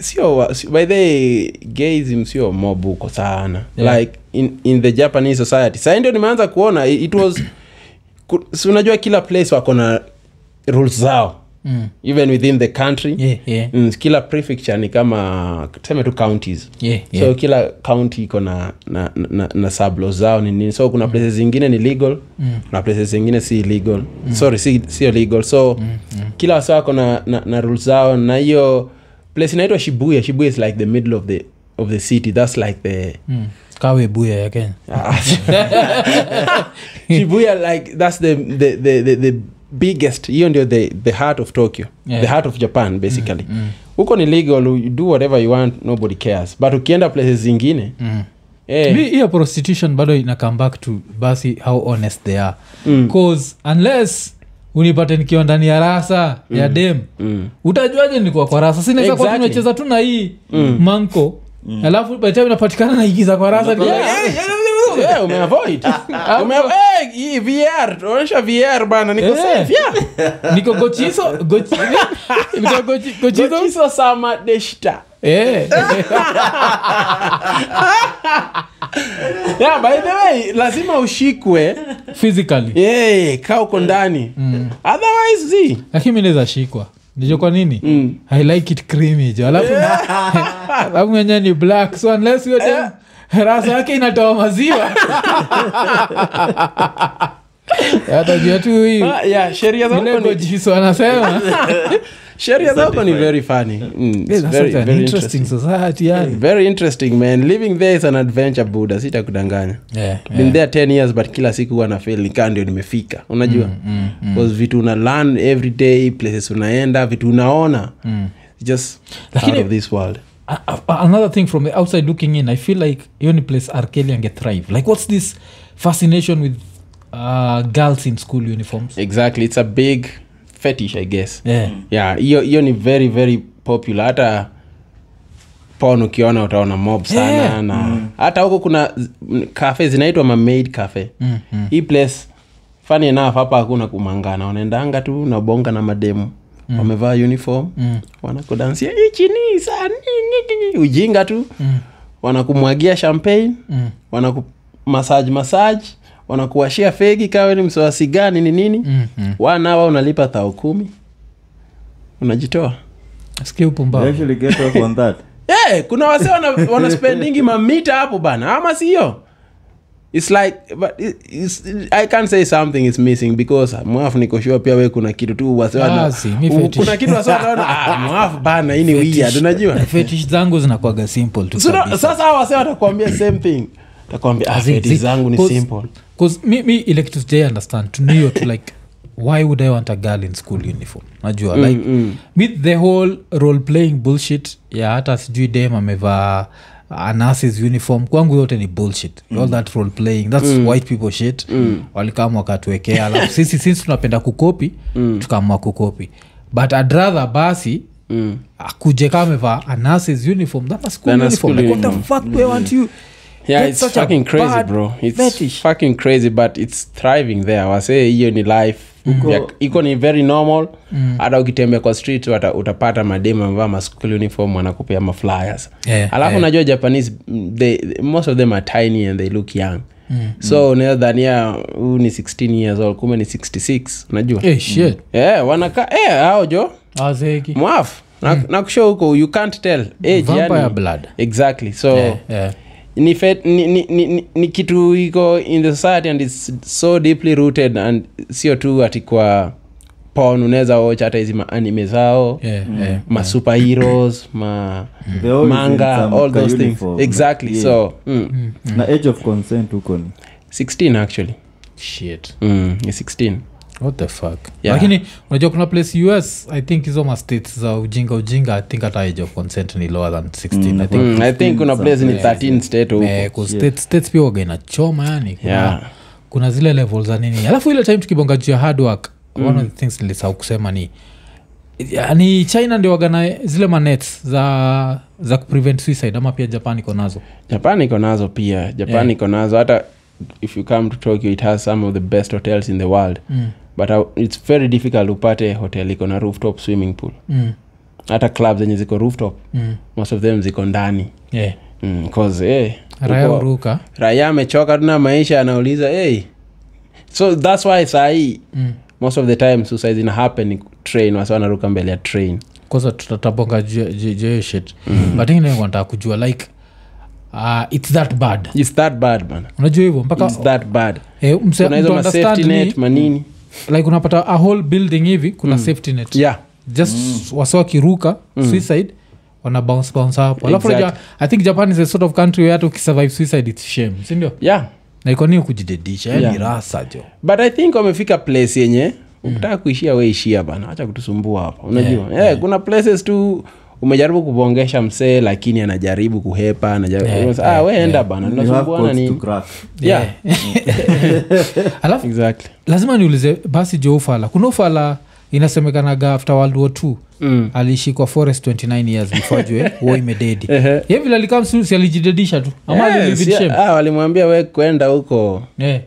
S3: sio wa- si- by the way, gayism sio mob huko sana
S1: Yeah.
S3: like in, in the japanese society sai ndio nimeanza kuona i- it was ku- si unajua kila place wako na rules zao
S1: Mm.
S3: even within the country
S1: Yeah, yeah.
S3: Mm, kila prefecture ni kama tuseme tu counties
S1: Yeah,
S3: so
S1: yeah.
S3: kila county iko na na, na, na sablo zao ni nini so kuna places zingine ni legal mm. na places zingine si legal mm. sorry si, sio legal so mm. Mm. kila wasa wako na, na, na rules zao na hiyo place inaitwa shibuya shibuya is like the middle of the of the city that's like the
S1: Mm. kawe buya ya kenya
S3: shibuya like that's the the, the, the, the biggest hiyo ndio the, the heart of tokyo
S1: Yeah.
S3: the heart of japan basically huko ni legal you do whatever you want nobody cares but ukienda places zingine
S1: Mm.
S3: eh,
S1: Mi- hiyo prostitution bado ina come back to basi how honest they are
S3: Mm.
S1: cause unless unipate nikiwa ndani ya rasa ya dem
S3: mm.
S1: utajuaje nikuwa kwa rasa sinaweza kuwa
S3: Exactly. Mm.
S1: tumecheza tu na hii manko alafu batia inapatikana na igiza kwa rasa ni-
S3: Yeah, yeah, yeah, yeah, umeavoid Ume- eh, hii vr tuonyesha vr bana niko
S1: Eh.
S3: safe, yeah.
S1: niko gochizo gochi- niko gochi- gochizo
S3: Gochizo sama deshita
S1: Eh.
S3: yeah, by the way lazima ushikwe
S1: physically
S3: yeah, kaa uko ndani otherwise zi
S1: lakini mi naweza shikwa nijo kwa nini
S3: Mm.
S1: i like it creamy jo alafu alafu mwenye ni black so unless hiyo
S3: Eh.
S1: dem rasa yake inatoa maziwa atajua tu
S3: Ah, yeah, sheria zako ni
S1: hiilegojiso anasema
S3: sheria zako ni
S2: Certified.
S3: very funny mm, it's
S1: Yeah, that's
S3: very,
S1: such an
S3: very
S1: interesting
S3: interesting. Mm.
S1: society, yani.
S3: very interesting man living there is an adventure buda sitakudanganya
S1: Yeah,
S3: yeah. been there 10 years but kila siku huwa nafeel nikaa ndio nimefika unajua mm, mm, mm. vitu una learn every day places unaenda vitu unaona mm. just
S1: Lakini-
S3: out of this world
S1: A- a- another thing from the outside looking in i feel like hiyo ni place arkeli ange thrive like what's this fascination with uh, girls in school uniforms
S3: exactly it's a big fetish i guess
S1: yeah.
S3: yeah hiyo hiyo ni very very popular hata pon ukiona utaona mob sana
S1: Yeah.
S3: na hata huko kuna z- m- cafe zinaitwa mamaid cafe mm, mm. hii place funny enough hapa hakuna kumangana wanaendanga tu nabonga na mademu mm. wamevaa uniform mm. wanakudansia ichini sani ujinga tu mm. wanakumwagia champagne mm. wanaku massage massage wanakuwashia fegi kawe ni msoasi gani ni nini mm, mm. wanawa unalipa thao kumi unajitoa
S1: sikia
S2: They
S1: upumbavu
S2: actually get off on that
S3: hey, Eh, kuna wase wana, wana spendingi mamita hapo bana ama sio its like but it- it's, i can't say something is missing because mwafu niko sure pia we kuna kitu tu wase wana-
S1: Ah, si, mi
S3: u-
S1: fetish.
S3: kuna kitu wase wanaona ah, mwafu bana hii ni weird unajua
S1: fetish zangu zinakuaga simple tu
S3: So,
S1: kabisa.
S3: no, sasa hawa wase watakwambia same thing takwambia ah,
S1: Zi- zi-
S3: fetish zangu ni
S1: cause-
S3: simple
S1: cause mi, mi ile kitu sijai understand to niyo to like why would i want a girl in school uniform najua mm, like mm. with the whole role playing bullshit ya hata sijui dem amevaa anasis uniform kwangu yote ni bullshit all that role playing thats mm. white people shit mm. walikama wakatuwekea alafu sisi since tunapenda kukopi mm. tukaamua kukopi but I'd rather basi mm. akuje kaa amevaa anasis uniform than a school
S3: Than a
S1: uniform
S3: school
S1: like, what the fuck we want you
S3: yeah
S1: That's
S3: it's
S1: such a
S3: fucking crazy
S1: bad
S3: bro it's
S1: fetish.
S3: fucking crazy but it's thriving there wasee hiyo ni life
S1: Mm.
S3: Ya- iko ni very normal hata ukitembea kwa street wata, utapata mademu amevaa maschool uniform wanakupea maflyers
S1: Yeah,
S3: alafu
S1: yeah.
S3: unajua japanese mm, they, most of them are tiny and they look young
S1: Mm,
S3: so unaweza dhania huu ni 16 years old kumbe ni 66 unajua
S1: Eh, shit
S3: yeah, wanaka eh, hao jo
S1: Mm. Azeki.
S3: mwaf nakusho huko you can't tell
S1: Mm.
S3: age
S1: Vampire
S3: yani.
S1: blood.
S3: exactly so
S1: Yeah.
S3: ni, fet, ni, ni, ni, ni, ni kitu iko in the society and its so deeply rooted and sio tu ati kwa pon unaweza watch hata hizi maanime zao
S1: Yeah, yeah.
S3: ma superheroes ma
S2: Mm. They always
S3: manga
S2: in some
S3: all those
S2: ka
S3: things
S2: uniform.
S3: exactly
S2: Yeah.
S3: so mm,
S2: na age of consent huko ni
S3: 16 actually
S1: Shit.
S3: mm, ni 16
S1: What the fuck
S3: Yeah.
S1: lakini unajua kuna place us i think hizo mastates za ujinga ujinga i think hata age of consent ni lower than 16 i think
S3: mm, i think kuna place ni
S2: 15
S3: 13 state huko
S1: Eh, 'cause states, states pia waga inachoma yani kuna,
S3: Yeah.
S1: kuna zile level za nini alafu ile time tukibonga juu ya hard work
S3: Mm.
S1: one of the things nilisahau kusema ni yani china ndio waga na zile manets za za kuprevent suicide ama pia japan iko nazo
S3: japan iko nazo pia japan
S1: Yeah.
S3: iko nazo hata if you come to tokyo it has some of the best hotels in the world mm. but uh, it's very difficult upate hotel iko na rooftop swimming pool
S1: mm.
S3: hata club zenye ziko rooftop
S1: Mm.
S3: most of them ziko ndani
S1: yeah.
S3: mm, cause eh,
S1: raya
S3: uko-
S1: uruka
S3: raia amechoka tuna maisha anauliza hey. so thats why sahii mm. most of the time suicide zina happen train wasi wanaruka mbele ya train
S1: kwanza tutatabonga jeyo shit
S3: Mm.
S1: but ingine nataka kujua like uh, its that bad
S3: its that bad man
S1: unajua hivyo mpaka
S3: its that bad
S1: eh, mse-
S3: kuna hizo
S1: mtu
S3: masafety
S1: understand
S3: net
S1: ni,
S3: manini
S1: like unapata a whole building hivi kuna safety net
S3: yeah Mm.
S1: just wase wakiruka suicide wana bounce bounce hapo alafu
S3: Exactly.
S1: unajua, i think japan is a sort of country where hata ukisurvive suicide its shame sindio
S3: yeah
S1: na iko nini kujidedisha yani
S3: Yeah.
S1: rasa jo
S3: but i think wamefika place yenye ukitaka kuishia we ishia bana acha kutusumbua hapa unajua yeah, kuna places tu umejaribu kubongesha msee lakini anajaribu kuhepa anajaribu,
S1: Yeah,
S3: unasema, ah, we enda bana
S2: You have
S3: tunasumbuana
S2: codes to
S3: ni
S2: crack.
S3: yeah,
S1: alafu
S3: exactly
S1: lazima niulize basi jo ufala kuna ufala inasemekanaga after world war two mm. aliishi kwa forest 29 years before jue wo imededi
S3: Ehe.
S1: ye vile alikaa msusi alijidedisha tu ama
S3: Yes,
S1: alilive in
S3: yeah.
S1: shame.
S3: Ah, walimwambia we kwenda huko
S1: Eh,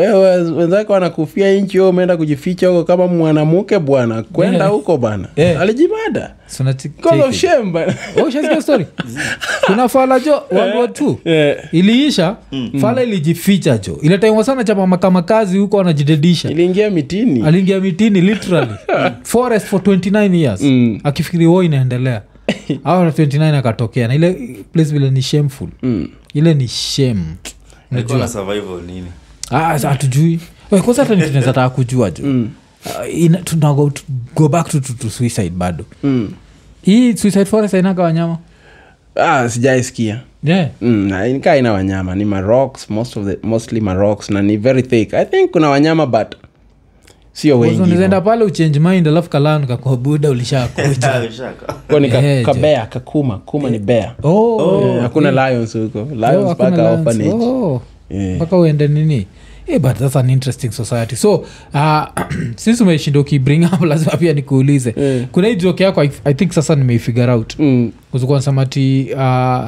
S3: wewe wenzako wanakufia nchi wewe umeenda kujificha huko kama mwanamke bwana kwenda
S1: Yeah.
S3: huko bana
S1: Yeah.
S3: alijibada
S1: so nachi-
S3: Cause of
S1: check it.
S3: shame bana
S1: Oh, ushasikia story kuna fala jo world war two
S3: yeah.
S1: iliisha
S3: Mm.
S1: fala ilijificha jo ile time wasana chapa makamakazi huko anajidedisha
S3: iliingia mitini
S1: Mm. aliingia mitini literally forest for 29 years
S3: Mm.
S1: akifikiri wo inaendelea awa 29 akatokea na ile place vile ni shameful
S3: Mm.
S1: ile ni shame
S2: Alikuwa na survival nini
S1: Ah, sa- hatujui Wewe, kwanza hata nitunaweza taka kujua ju
S3: Mm.
S1: uh, ina- tunago tu- go back to, to, to suicide bado
S3: mm.
S1: hii suicide forest ainaga wanyama
S3: ah, sijaisikia
S1: yeah.
S3: mm, na ni kaa ina wanyama ni marocks most of the, mostly marocks na ni very thick i think kuna wanyama but sio wengi
S1: unazaenda
S3: hivyo.
S1: pale uchange mind alafu kalan kakua buda ulishakuja
S3: Kwa ni ka-
S1: Ehe, je.
S3: kabea kakuma kuma ni bea
S1: Oh,
S3: Eh, hakuna lions huko
S1: oh,
S3: lions
S1: hakuna
S3: mpaka
S1: lions.
S3: orphanage
S1: Oh.
S3: Eh.
S1: mpaka uende nini Eh, but that's an interesting society so uh, since umeshinda ukibring up lazima pia nikuulize
S3: Eh.
S1: kuna hii joke yako I, i think sasa nimeifigure out
S3: Mm,
S1: Ulikuwa unasema ti uh,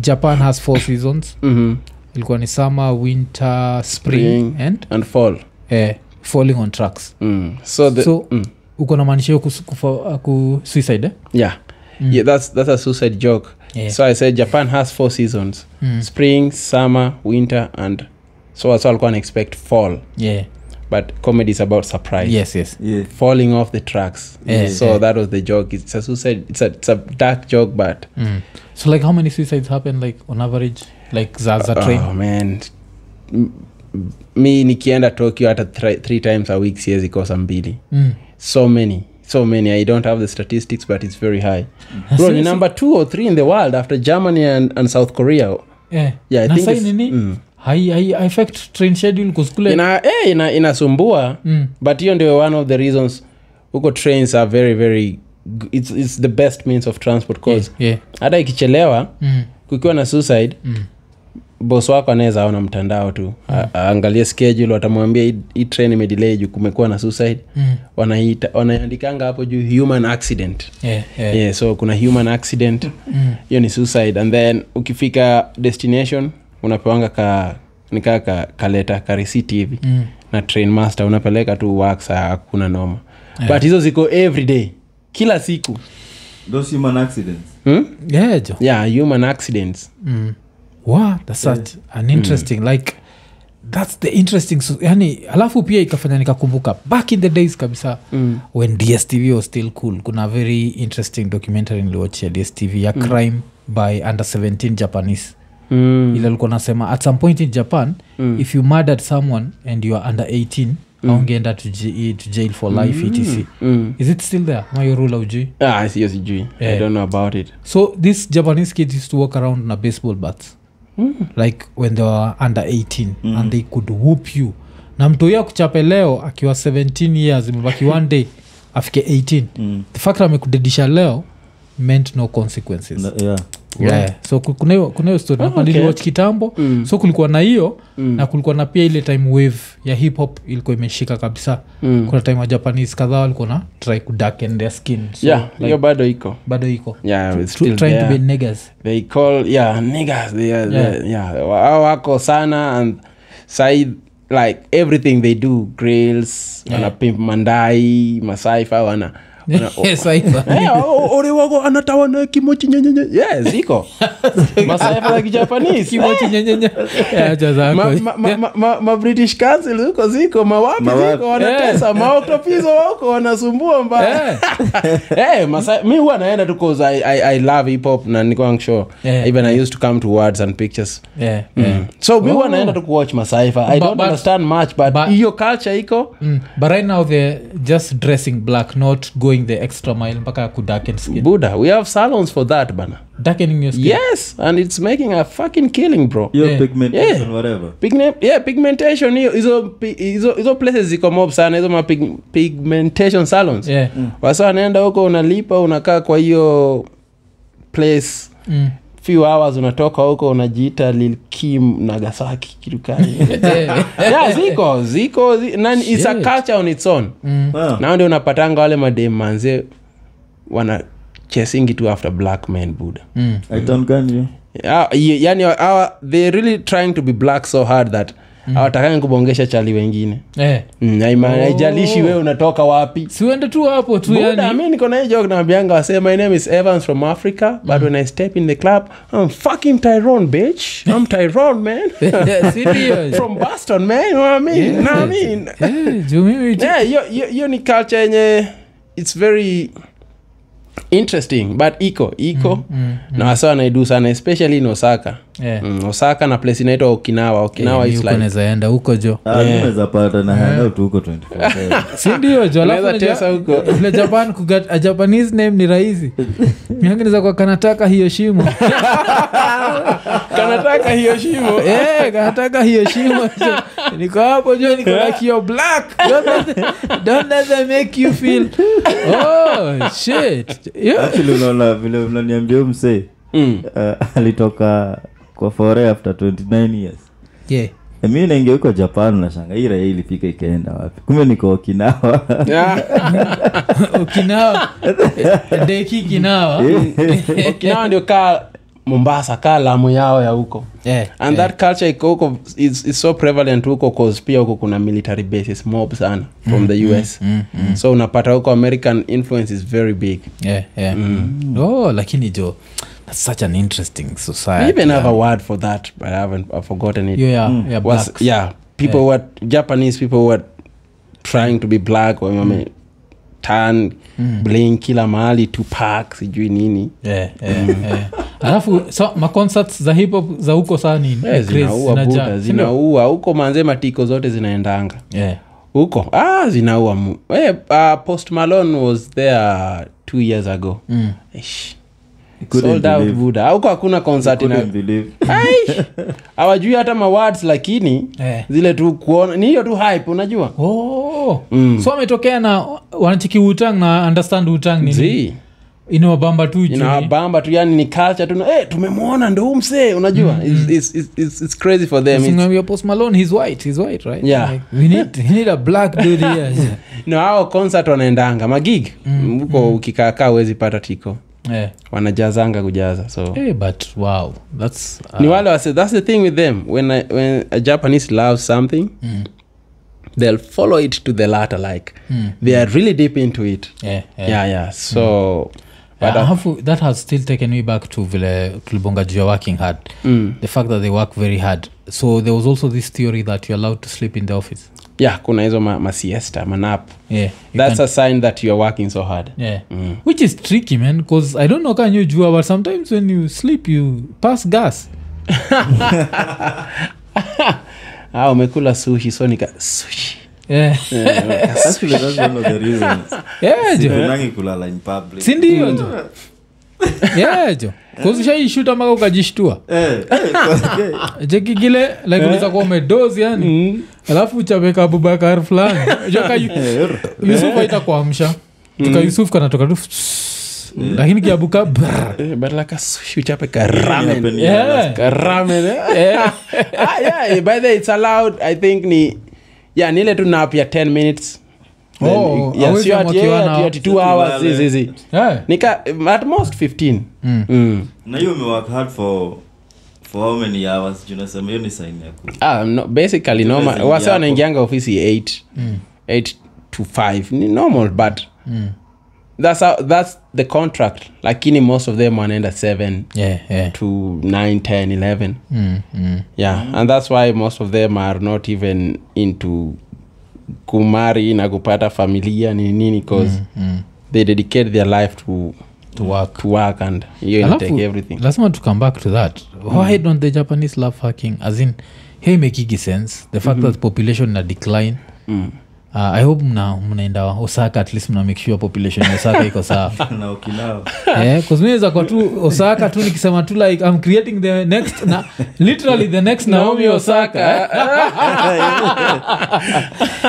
S1: japan has four seasons
S3: mhm.
S1: ilikuwa ni summer winter spring,
S3: Spring.
S1: and
S3: and fall
S1: eh, falling on tracks
S3: mm. so, the,
S1: So-
S3: mm.
S1: uko na maanisha hiyo kusu- kufa- uh, ku suicide eh?
S3: yeah yeah that's that's a suicide joke
S1: Yeah.
S3: so i said japan has four seasons
S1: Mm.
S3: spring summer winter and so as well can expect fall
S1: yeah.
S3: but comedy is about surprise
S1: yes, yes.
S2: Yeah.
S3: falling off the tracks
S1: Yeah,
S3: so
S1: yeah.
S3: that was the joke it's a suicide it's a, it's a dark joke but
S1: Mm. so like how many suicides happen like on average like za, za train
S3: oh man M- mi nikienda tokyo hata thri- three times a week siwezi kosa mbili
S1: Mm.
S3: so many so many i don't have the statistics but it's very high
S1: Na
S3: bro
S1: si-
S3: ni
S1: si-
S3: number two or three in the world after germany and, and south korea
S1: eh.
S3: Yeah, I
S1: na
S3: think
S1: sai
S3: it's-
S1: nini
S3: mm.
S1: hai, hai affect train schedule kuskule
S3: ina, eh, ina, inasumbua
S1: Mm.
S3: but hiyo ndio one of the reasons huko trains are very very g- it's, it's the best means of transport cause
S1: yeah, yeah.
S3: hata ikichelewa
S1: Mm.
S3: kukiwa na suicide
S1: Mm.
S3: bos wako anaweza ona mtandao tu A- aangalie schedule watamwambia hii- hii train imedelay juu kumekuwa na suicide
S1: Mm.
S3: wanaita wanaandikanga hapo juu human accident
S1: Yeah, yeah.
S3: yeah, so kuna human accident
S1: Eh. Mm.
S3: hiyo ni suicide and then ukifika destination unapewanga ka nikaa ka, kaleta karisiti hivi
S1: Mm.
S3: na train master unapeleka tu wax hakuna noma
S1: Eh.
S3: but hizo ziko every day kila siku
S2: Those human accidents.
S3: hmm?
S1: yeah jo
S3: yeah human accidents
S1: mm. wa that's such an interesting
S3: Mm.
S1: like thats the interesting so, yani alafu pia ikafanya nikakumbuka back in the days kabisa
S3: Mm.
S1: when dstv was still cool kuna very interesting documentary niliwatch ya dstv ya crime by under 17 japanese
S3: mm.
S1: ile alikuwa nasema at some point in japan
S3: Mm.
S1: if you murdered someone and you are under 18 mm. aungeenda to, j- eh, to jail for life etc
S3: Mm.
S1: is it still there mayorula ujui
S3: Ah, hiyo sijui
S1: Eh.
S3: i don't know about it
S1: so this japanese kids used to walk around na baseball bats like when they were under 18 mm. and they could whoop you na mtoia kuchape leo akiwa 17 years imebaki one day afike 18
S2: Mm.
S1: the fact amekudedisha leo meant no consequences
S2: No, yeah.
S1: yeah. so ku- kuna hiyo- kuna hiyo story
S3: Ah,
S1: oh,
S3: okay.
S1: niliwatch kitambo
S3: Mm.
S1: so kulikuwa na hiyo
S3: Mm.
S1: na kulikuwa na pia ile time wave ya hip hop ilikuwa imeshika kabisa
S3: Mm.
S1: kuna time wa japanese kadhaa walikuwa na try kudarken their skin so,
S3: yeah hiyo
S1: like,
S3: bado iko
S1: bado iko
S3: yeah it's
S1: Tr-
S3: still
S1: trying to
S3: there.
S1: be niggers
S3: they call yeah niggas they are,
S1: Yeah.
S3: yeah. yeah wao wako sana and sai like everything they do grills yeah. wana pimp mandai masaifa wana wana-
S1: Yes, I-
S3: Eh, o- o- orewago anatawa na kimochi nyenyenye yes iko masaifa za kijapanese Eh,
S1: Kimochi nyenyenye. Eh, acha zako.
S3: ma- ma- ma- ma- ma- ma british council huko ziko mawapi
S2: Mawapi.
S3: ziko wanatesa yeah. maoktopizo wako wanasumbua mbaya
S1: Eh,
S3: hey, Masai, mi huwa naenda tu cause I, I, I love hip hop na nikuang sure
S1: Yeah.
S3: even I used to come to words and pictures
S1: eh, eh.
S3: Mm. so mi huwa
S1: Oh.
S3: naenda tu kuwatch masaifa i
S1: But-
S3: don't
S1: but-
S3: understand much but
S1: but-
S3: hiyo culture iko
S1: Mm, but right now they're just dressing black not going the extra mile mpaka kudarken skin
S3: buddha we have salons for that bana
S1: darkening your skin
S3: yes and it's making a fucking killing bro
S2: Your
S1: Yeah.
S2: pigmentation,
S3: Yeah.
S2: whatever.
S3: Pigna- yeah pigmentation hiyo hizo pi- hizo hizo places ziko mob sana hizo ma pig- pigmentation salons
S1: Yeah.
S3: wasa wanaenda huko unalipa unakaa kwa hiyo place
S1: Mm.
S3: few hours unatoka huko unajiita lilkim nagasaki kirukani
S1: Eh,
S3: yeah, ziko ziko zi, na ni- it's a
S1: Shit.
S3: culture on its own
S1: mm.
S2: Wow.
S3: nao ndio unapatanga wale mademu manze wana chesingi tu after black men buda
S1: Mm.
S2: I don't gun you.
S3: Ah, ye- yani hawa- they really trying to be black so hard that
S1: Mm.
S3: hawatakangi kubongesha chali wengine
S1: Eh.
S3: Mm, na ima- haijalishi
S1: Oh.
S3: wewe unatoka wapi
S1: siuende tu hapo tu
S3: Buda,
S1: yani
S3: mi niko na hii joke naambianga wasee my name is evans from africa but
S1: Mm.
S3: when i step in the club i'm fucking tyrone bitch i'm tyrone man
S1: Serious.
S3: from boston man you know what i mean you know what i mean
S1: Eh, juu mimi
S3: yeah hiyo- hiyo- hiyo ni culture yenye its very
S1: Mm,
S3: interesting but iko iko na wasa wanaidu sana especially in osaka
S1: Eh.
S3: mm, osaka na place inaitwa okinawa okinawa
S1: Eh,
S3: is
S1: huko
S3: like
S1: naweza enda huko jo
S2: unaweza Ah, pata na hangout huko 24/7.
S1: sindio jo alafu
S3: Ah, Unaweza
S1: unajua,
S3: tesa huko.
S1: vile japan kugat a japanese name ni rahisi miangineza kwa kanataka hiyo shimo
S3: kanataka hiyo shimo
S1: Eh, kanataka hiyo shimo jo. niko hapo jo niko like you're black Don't let- don't let them make you feel oh shit yeah.
S2: Actually, unaona vile unaniambia huyu msee
S3: Mm.
S2: uh, alitoka kwa fore after 29 years Eh,
S1: Yeah.
S2: Na mi naingeuko japan nashanga hii raia ilifika ikaenda wapi kumbe niko okinawa
S3: Ah,
S1: okinawa deki kinawa
S3: okinawa ndio kaa mombasa kaa lamu yao ya huko
S1: Eh,
S3: and that culture iko huko is, is so prevalent huko cause pia huko kuna military bases mob sana from
S1: Mm,
S3: the us so unapata huko american influence is very big
S1: yeah, yeah.
S3: Mm.
S1: oh lakini jo that's such an interesting
S3: i
S1: society
S3: even have a word for that but i haven't I've forgotten it
S1: you yeah, yeah,
S3: Was-
S1: blacks.
S3: yeah people who are japanese people who are trying to be black or
S1: Mm.
S3: wame tan blin kila mahali tupak sijui nini
S1: Yeah, yeah, yeah. alafu so, maconcerts za hip hop za huko saa nini
S3: Eh,
S1: Craze,
S3: zinaua
S1: zinajaa,
S3: buda
S1: si ndio?
S3: zinaua huko manze matiko zote zinaendanga
S1: Yeah.
S3: huko ah, zinaua mu eh, uh, post malone was there two years ago mm. Ish.
S2: Couldn't
S3: sold out
S2: believe.
S3: buda huko hakuna concert ina
S2: Couldn't believe.
S3: Aish. hawajui hata mawards lakini
S1: Eh.
S3: zile tu kuona ni hiyo tu hype unajua
S2: Mm.
S1: Oh.
S3: Mm.
S1: so ametokea na wanachiki utang na understand utang nini
S3: Zii.
S1: inawabamba tu chini.
S3: inawabamba tu yani ni culture tu hey, tumemwona ndo huu msee unajua
S2: Mm.
S3: it's, it's, it's, it's, it's crazy for them it's,
S1: Usimwambie Post Malone, he's white, he's white, right?
S3: Yeah.
S1: Like, we need- we need a black dude here.
S3: no hao concert wanaendanga magig
S2: Mm.
S3: huko ukikaakaa huwezi pata tiko
S1: Yeah.
S3: wanajazanga kujaza so
S1: Eh, but wow, that's, uh,
S3: Oh. ni wale wase that's the thing with them when, I, when a japanese loves something
S1: Hmm.
S3: they'll follow it to the latter like they are really deep into it
S1: yeah, Hmm. yeah. Hmm.
S3: yeah yeah so but uh,
S1: Yeah, alafu that has still taken me back to vile tulibonga juu ya working hard the fact that they work very hard so there was also this theory that you're allowed to sleep in the office
S3: yeah kuna hizo ma, masiesta manap
S1: yeah, you
S3: that's a sign that you are working so hard
S1: can- yeah. which is tricky man because i don't know can you jua but sometimes when you sleep you pass gas
S3: ah umekula sushi so nika sushi
S1: yeah.
S2: Actually, that's one of the reasons.
S1: yeah, jo.
S2: Sipendangi kulala in public.
S1: sindio jo yeah, jo kushaishuta mpaka ukajishtua
S2: Eh, eh, kwa- eh.
S1: jekigile like unaweza kuwa umedozi yani alafu uchapeka abubakar fulani Unajua ka yu- yusuf aitakuamsha tuka yusuf kanatoka tu lakini kiabuka brr.
S3: Eh, badala ka sushi uchape ka ramen
S1: Yeah.
S3: Ka ramen eh? ah, yeah by the way, it's allowed i think ni yeah nile tu nap ya 10 minutes Then,
S1: Oh,
S3: yeah,
S1: awezi
S3: sio ati-
S1: ama
S3: yeah,
S1: ukiwa na-
S3: ati 2 hours zi, zi, zi.
S1: Yeah.
S3: nika at most 15 Mm.
S2: na hiyo umework hard for for how many hours juu nasema hiyo ni sign ya ku
S3: Ah, no, basically
S2: Tumezi
S3: noma
S2: ni
S3: wase
S2: yako.
S3: wanaingianga ofisi 8
S1: Mm.
S3: 8 to 5 ni normal but that's, how, that's the contract lakini most of them wanaenda 7
S1: Yeah, yeah.
S3: to 9 10 11
S1: Mm, mm.
S3: yeah and that's why most of them are not even into kumari na kupata familia ni nini cause
S1: Mm,
S3: they dedicate their life to
S1: To work.
S3: to work and hiyo
S1: Alafu,
S3: inatake everything
S1: lazima to come back to that why don't the japanese love hacking as in hiyo imekigi sense the fact that population na decline Uh, i hope mna- mnaenda osaka at least mna make sure population ya osaka iko sawa
S2: na okinawa
S1: Eh, kuzinaweza kwa tu osaka tu nikisema tu like i'm creating the next na, literally the next naomi osaka
S2: eh,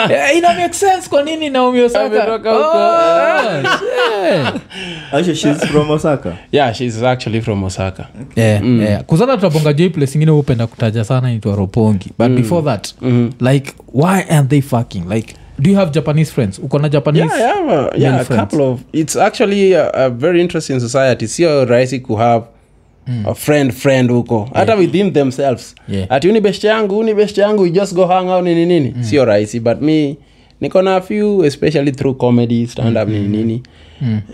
S1: Eh, ina make sense kwa nini naomi osaka
S3: Ametoka huko.
S1: Oh, shit.
S2: Actually, she's from osaka
S3: yeah she's actually from osaka
S1: Eh,
S3: Mm.
S1: eh, kuzana tutabonga juu hii place ingine upenda kutaja sana inaitwa ropongi but
S3: Mm.
S1: before that
S3: Mm-hmm.
S1: like why aren't they fucking like do you have japanese friends uko na japanese
S3: yeah, yeah, well, yeah
S1: male
S3: a
S1: friends.
S3: couple of it's actually a, a very interesting society sio rahisi kuhave a friend friend huko hata within themselves
S1: Hmm. Yeah. Hmm.
S3: ati uni best yangu uni best yangu you just go hang out nini nini sio rahisi but me niko na a few especially through comedy stand
S1: Hmm.
S3: up nini nini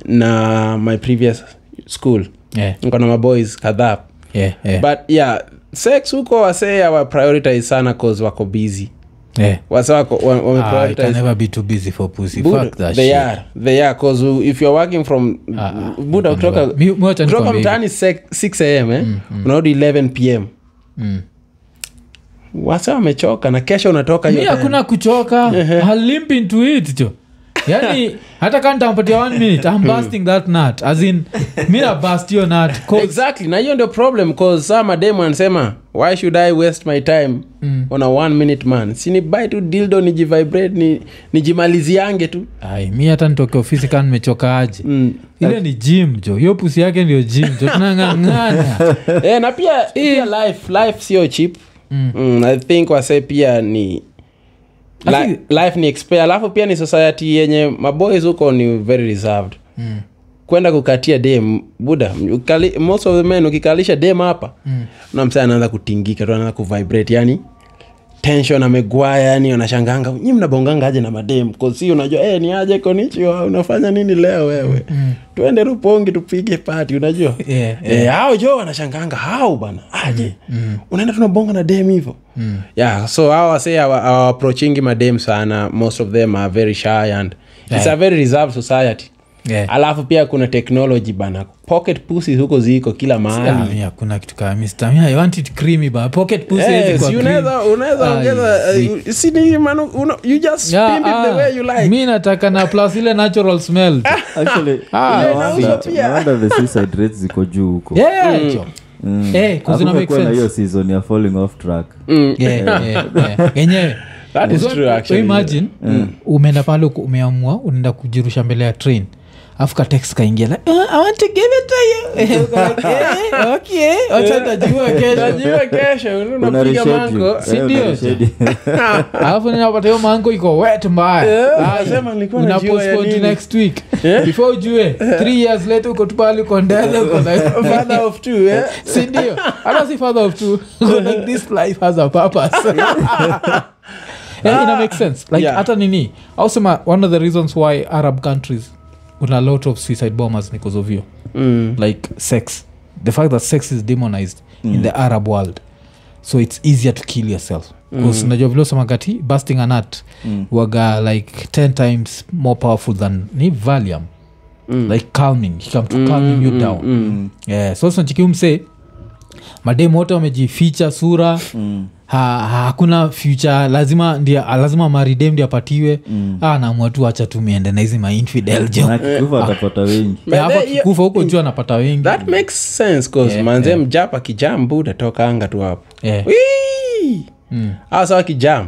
S3: na my previous school
S1: Yeah,
S3: niko na maboys kadhaa
S1: yeah, yeah,
S3: but yeah sex huko wasee awa prioritize sana cause wako busy
S1: yeah.
S3: wase wako wa- wame
S1: eh, Ah, you can
S3: prioritize
S1: never be too busy for pussy.
S3: Buddha,
S1: Fuck that
S3: they
S1: shit.
S3: are they are cause you- if you're working from
S1: Ah, ah,
S3: buda
S1: niko na- Mi- mwacha
S3: kutoka
S1: nikwambie
S3: mtaani 6 am eh? unarudi 11 pm
S1: Mm.
S3: wasa wamechoka na kesho unatoka hiyo
S1: mi
S3: time.
S1: hakuna kuchoka halimp into it jo yani hata kaa nitampatia one minute
S3: Hmm.
S1: I'm busting that nut as in mi na bust hiyo nut 'Cause-
S3: exactly na hiyo ndio problem cause saa mademu anasema why should i waste my time
S1: Mm.
S3: on a one minute man sinibai tu dildo nijivibrate ni, nijimaliziange tu
S1: Ai, mi hata nitoke ofisi kaa nimechokaaje
S3: mm.
S1: ile ni jim jo hiyo pusi yake ndio jim jo tunang'ang'ana
S3: e, na pia, pia life life sio cheap
S1: Eh. Mm.
S3: Mm, i think wase pia ni
S1: I
S3: li,
S1: think-
S3: life ni exp alafu pia ni society yenye maboys huko ni very reserved
S1: Mm.
S3: kwenda kukatia dem buda ukali, most of the men ukikalisha dem hapa
S1: Mm.
S3: na msee anaanza kutingika tu anaanza kuvibrate yani tension amegwaa yani anashanganga nyi mnabonganga aje na madem kosi unajua eh ni aje konichiwa unafanya nini leo wewe mm. tuende rupongi tupige pati unajua
S1: Yeah, Mm-hmm.
S3: Eh, hao jo wanashanganga hao bana aje mm. unaenda tunabonga na dem hivo mm. yeah, so hao wase awaprochingi madem sana most of them are very shy and it's a very reserved society
S1: Yeah.
S3: alafu pia kuna technology bana pocket pussies huko ziko kila mahali
S1: Ah, mi hakuna kitu kaa mistami i want it creamy ba pocket pussy haiwezi
S3: Yes,
S1: kuwa
S3: Eh, unaweza-
S1: creamy.
S3: unaweza
S1: Ah,
S3: ongeza,
S1: si.
S3: eh, si ni manu- una- you just
S1: Yeah,
S3: pimp it the
S1: ah,
S3: way you like.
S1: mi nataka na plus ile natural smell tu.
S2: Actually,
S1: Ah,
S2: no
S1: yeah,
S2: wonder-
S3: inauzwa pia.
S2: no wonder the suicide rates ziko juu huko
S3: Hmm.
S1: Yeah, jo.
S2: Mm.
S1: Eh, 'cause ina make
S2: Hakungekuwa na
S1: sense.
S2: hiyo season ya falling off track
S1: Yeah, yeah, yeah. yenyewe
S3: That is
S1: Uzo-
S3: true, actually, Mm.
S1: imagine, umeenda pale uko- umeamua unaenda kujirusha mbele ya train afu katex kaingia like, "Uh, I want to give it to you." Uko like, "Eh, okay, wacha nitajua kesho."
S3: Unajua kesho, unapiga
S2: Una reshade
S3: mango.
S2: you. Eh,
S1: si
S2: una
S1: ndio?
S2: reshade you.
S1: alafu ninapata hiyo mango iko wet mbaya
S3: Eh,
S1: Ah,
S3: unasema nilikuwa
S1: una
S3: najua ya
S1: postpone
S3: nini. Eh?
S1: next week before ujue three years later uko tu pale uko ndani, uko like,
S3: Father of two, eh?
S1: sindio hata si father of two So, like, this life has a purpose yeah, ina make sense like
S3: Yeah.
S1: hata nini ausema one of the reasons why arab countries una lot of suicide bombers because of you like sex the fact that sex is demonized in the arab world so it's easier to kill yourself bcause najua vile usemagati busting a nut
S2: Mm.
S1: waga like 10 times more powerful than ni valium like calming he come to calming you down
S2: Mm.
S1: yeah, so sonchiki umse mademu wote wamejificha sura
S2: Mm.
S1: ha- ha- hakuna future lazima ndia, lazima maridem ndi apatiwe mm. naamua tu acha tu miende na hizi mainfidel
S2: Na
S1: jo
S2: kikufa atapata wengi
S1: Eh, hapa
S3: But they-
S1: kikufa huko juu anapata wengi
S3: that makes sense cause
S1: Yeah,
S3: manze mjapa kijam buda toka anga tu hapo
S1: Yeah.
S3: Wii!
S1: Eh. Mm.
S3: Hao sawa kijam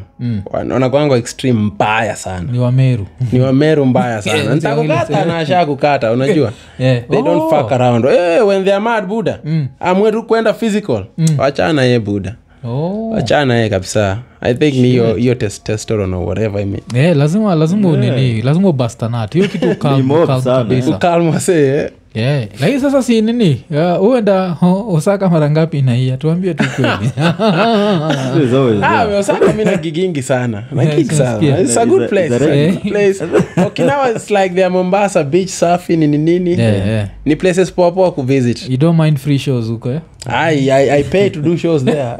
S3: wanakwanga extreme mbaya sana
S1: ni wameru
S3: ni wameru mbaya sana
S1: Yeah,
S3: ntakukata
S1: yeah.
S3: na asha kukata unajua
S1: Yeah.
S3: they don't
S1: Oh. Mm.
S3: fuck around Eh, when they are mad buda amwe tu kwenda physical wachana ye buda
S1: oh.
S3: wachana ye kabisa i think ni hiyo- hiyo tes- testosterone or whatever I mean.
S1: yeah, Eh, lazima lazima nini lazima ubastanat hiyo kitu ukam-
S2: Ni mob
S1: ukam
S2: sana.
S1: kabisa
S3: Ukalm wasee, eh?
S1: yeah. lakini sasa si nini uh, uenda oh, osaka mara ngapi naia tuambie tu kweli
S2: This is always
S3: Ah,
S2: there.
S3: Osaka mi nagigingi sana nagig
S1: Yeah,
S3: sana
S1: yeah.
S3: It's a good place,
S2: Is that-
S1: is
S3: it's a good place. okinawa is like their mombasa beach safi nini nini
S1: Yeah, yeah.
S3: ni places poapoa kuvisit
S1: you don't mind free shows huko eh?
S3: I, I, i pay to do shows there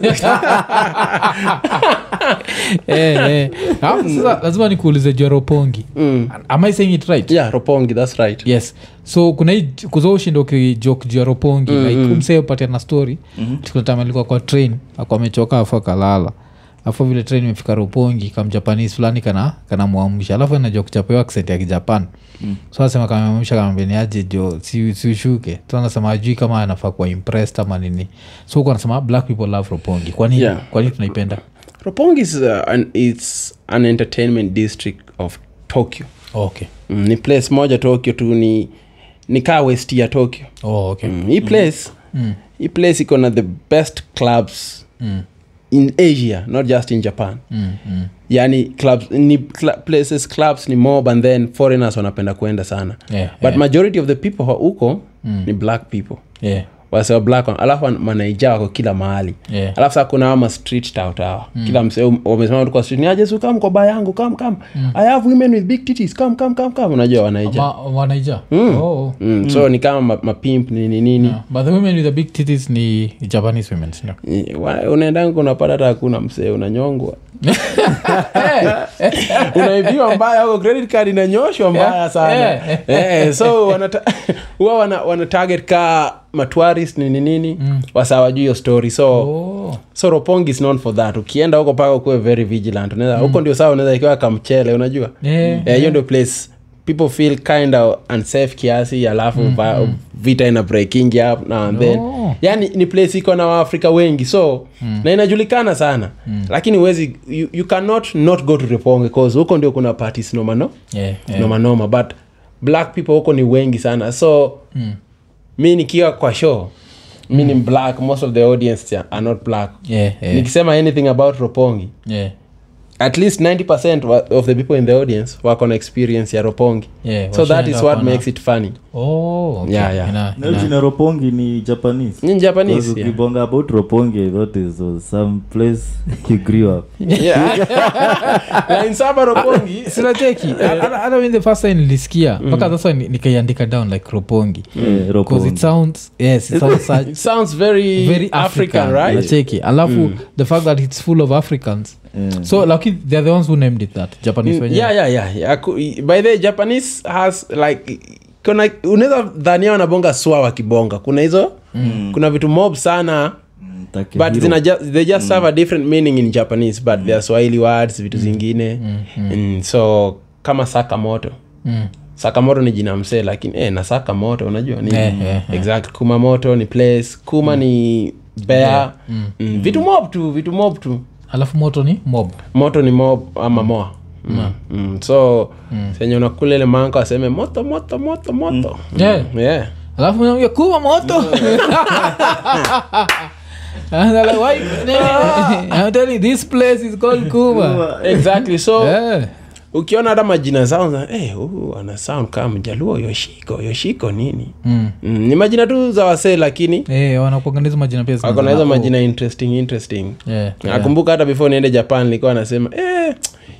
S1: Eh, eh. Alafu sasa lazima nikuulize jeropongi
S3: Mm.
S1: am i saying it right
S3: yeah ropongi that's right
S1: yes so kuna hii kuza ushinda ukijok jeropongi mm-hmm. like umsee upatia na story mm-hmm. tukunatamalika kwa train aku amechoka afu akalala afu vile train imefika ropongi kamjapanis fulani kana kanamwamsha alafu anajua kuchapewa aksent ya kijapan mm. so anasema kamemamsha kamambeniaje jo si- siushuke so anasema ajui kama anafaa kuwa impressed ama nini so huku anasema black people love ropongi kwanini
S3: Yeah.
S1: kwanini tunaipenda
S3: ropongi is uh, an, it's an entertainment district of tokyo
S1: okay
S3: mm, ni place moja tokyo tu ni ni kaa west ya tokyo
S1: oh, okay
S3: mm. hii place mm. hii place iko na the best clubs mm. in asia not just in japan
S1: Mm, mm.
S3: yani clubs, ni cl places clubs ni mob and then foreigners wanapenda kuenda sana
S1: Yeah,
S3: but
S1: yeah.
S3: majority of the people wa huko mm. ni black people
S1: Yeah.
S3: wasewa black wan- alafu wan- manaija wako kila mahali
S1: Yeah.
S3: alafu saa kuna ama street tautawa mm. kila msee wamesimama tu kwa street ni ajesu kam kwa baa yangu kam kam
S1: Mm.
S3: i have women with big titties kam kam kam kam unajua wanaija
S1: Ma- wanaija mm. oh.
S3: mm. so ni kama ma- mapimp nini nini
S1: Yeah. but the women with the big titties ni japanese women sindio?
S3: Eh, wa- unaendanga unapata hata hakuna msee unanyongwa unaibiwa mbaya huko credit card inanyoshwa mbaya
S1: Yeah.
S3: sana
S1: Yeah.
S3: Eh, so wanata- huwa wana, wana target ka matwaris nini nini mm. wasawajuu hiyo story so
S1: Oh.
S3: so ropong is known for that ukienda huko paka ukuwe very vigilant unaweza huko ndio sawa unaweza ikiwa kamchele unajua
S1: Mm. Yeah.
S3: Eh, hiyo ndio place people feel kind of unsafe kiasi alafu va- vita ina breaking up now and then
S1: Mm-hmm. No. Mm.
S3: yani ni place iko na waafrika wengi so na inajulikana sana lakini huwezi you, you cannot not go to reponge cause huko ndio kuna parties nomano
S1: Yeah, yeah.
S3: nomanoma but black people huko ni wengi sana so mm. mi nikiwa kwa show mi ni black most of the audience are not black
S1: Yeah, Mm. yeah,
S3: nikisema anything about ropongi
S1: yeah,
S3: at least 90% wa- of the people in the audience wako na experience ya ropongi
S1: yeah.
S3: so that is
S1: Washaenda
S3: what
S1: kona.
S3: makes it funny
S1: Oh, okay.
S3: Yeah, yeah.
S1: Ina-
S2: na jina ropongi ni japanese
S3: in
S2: Because
S3: japanese yeah.
S2: ukibonga about ropongi that is uh, some place you grew up
S3: Yeah. Na in Saba ropongi sinacheki
S1: hata hata mi the first time nilisikia
S3: Mm.
S1: mpaka sasa ni- nikaiandika down like ropongi
S2: Eh,
S1: because it
S2: ropongi
S1: sounds yes it sounds such
S3: it sounds very,
S1: very
S3: african,
S1: african
S3: right Mm.
S1: nacheki alafu the fact that it's full of africans
S2: Eh.
S1: so lakini they're the ones who named it that japanese wenyewe.
S3: Mm, yeah, yeah, yeah, yeah. Ku- by the way, japanese has like kuna unaweza dhania wanabonga swa wakibonga kuna hizo mm. kuna vitu mob sana
S2: Takehiro.
S3: but zina ju- they just have a different meaning in japanese but mm. they are swahili words vitu zingine Mm, so kama sakamoto
S1: Mm.
S3: sakamoto ni jina msee lakini eh, na sakamoto unajua ni
S1: Eh, eh, eh.
S3: exact kumamoto ni place kuma ni bea mm. vitu mob tu vitu mob tu
S1: alafu moto ni mob
S3: moto ni mo ama moa mm. Mm. so mm. senye unakula ile manko aseme moto moto moto moto mm.
S1: Yeah.
S3: yeah.
S1: alafu unaambia, kuma moto And they're like, why? I'm telling you, this place is called Kuma.
S3: exactly so
S1: Yeah.
S3: ukiona hata majina zao za- eh, huyu ana sound kama jaluo yoshiko yoshiko nini
S1: Mm.
S3: mm. ni majina tu za wasee lakini
S1: Eh, wanakuangalia hizo majina pia
S3: wako na hizo
S1: zinazo-
S3: majina interesting interesting
S1: Mm. Yeah, yeah.
S3: nakumbuka hata before niende japan nilikuwa nasema eh,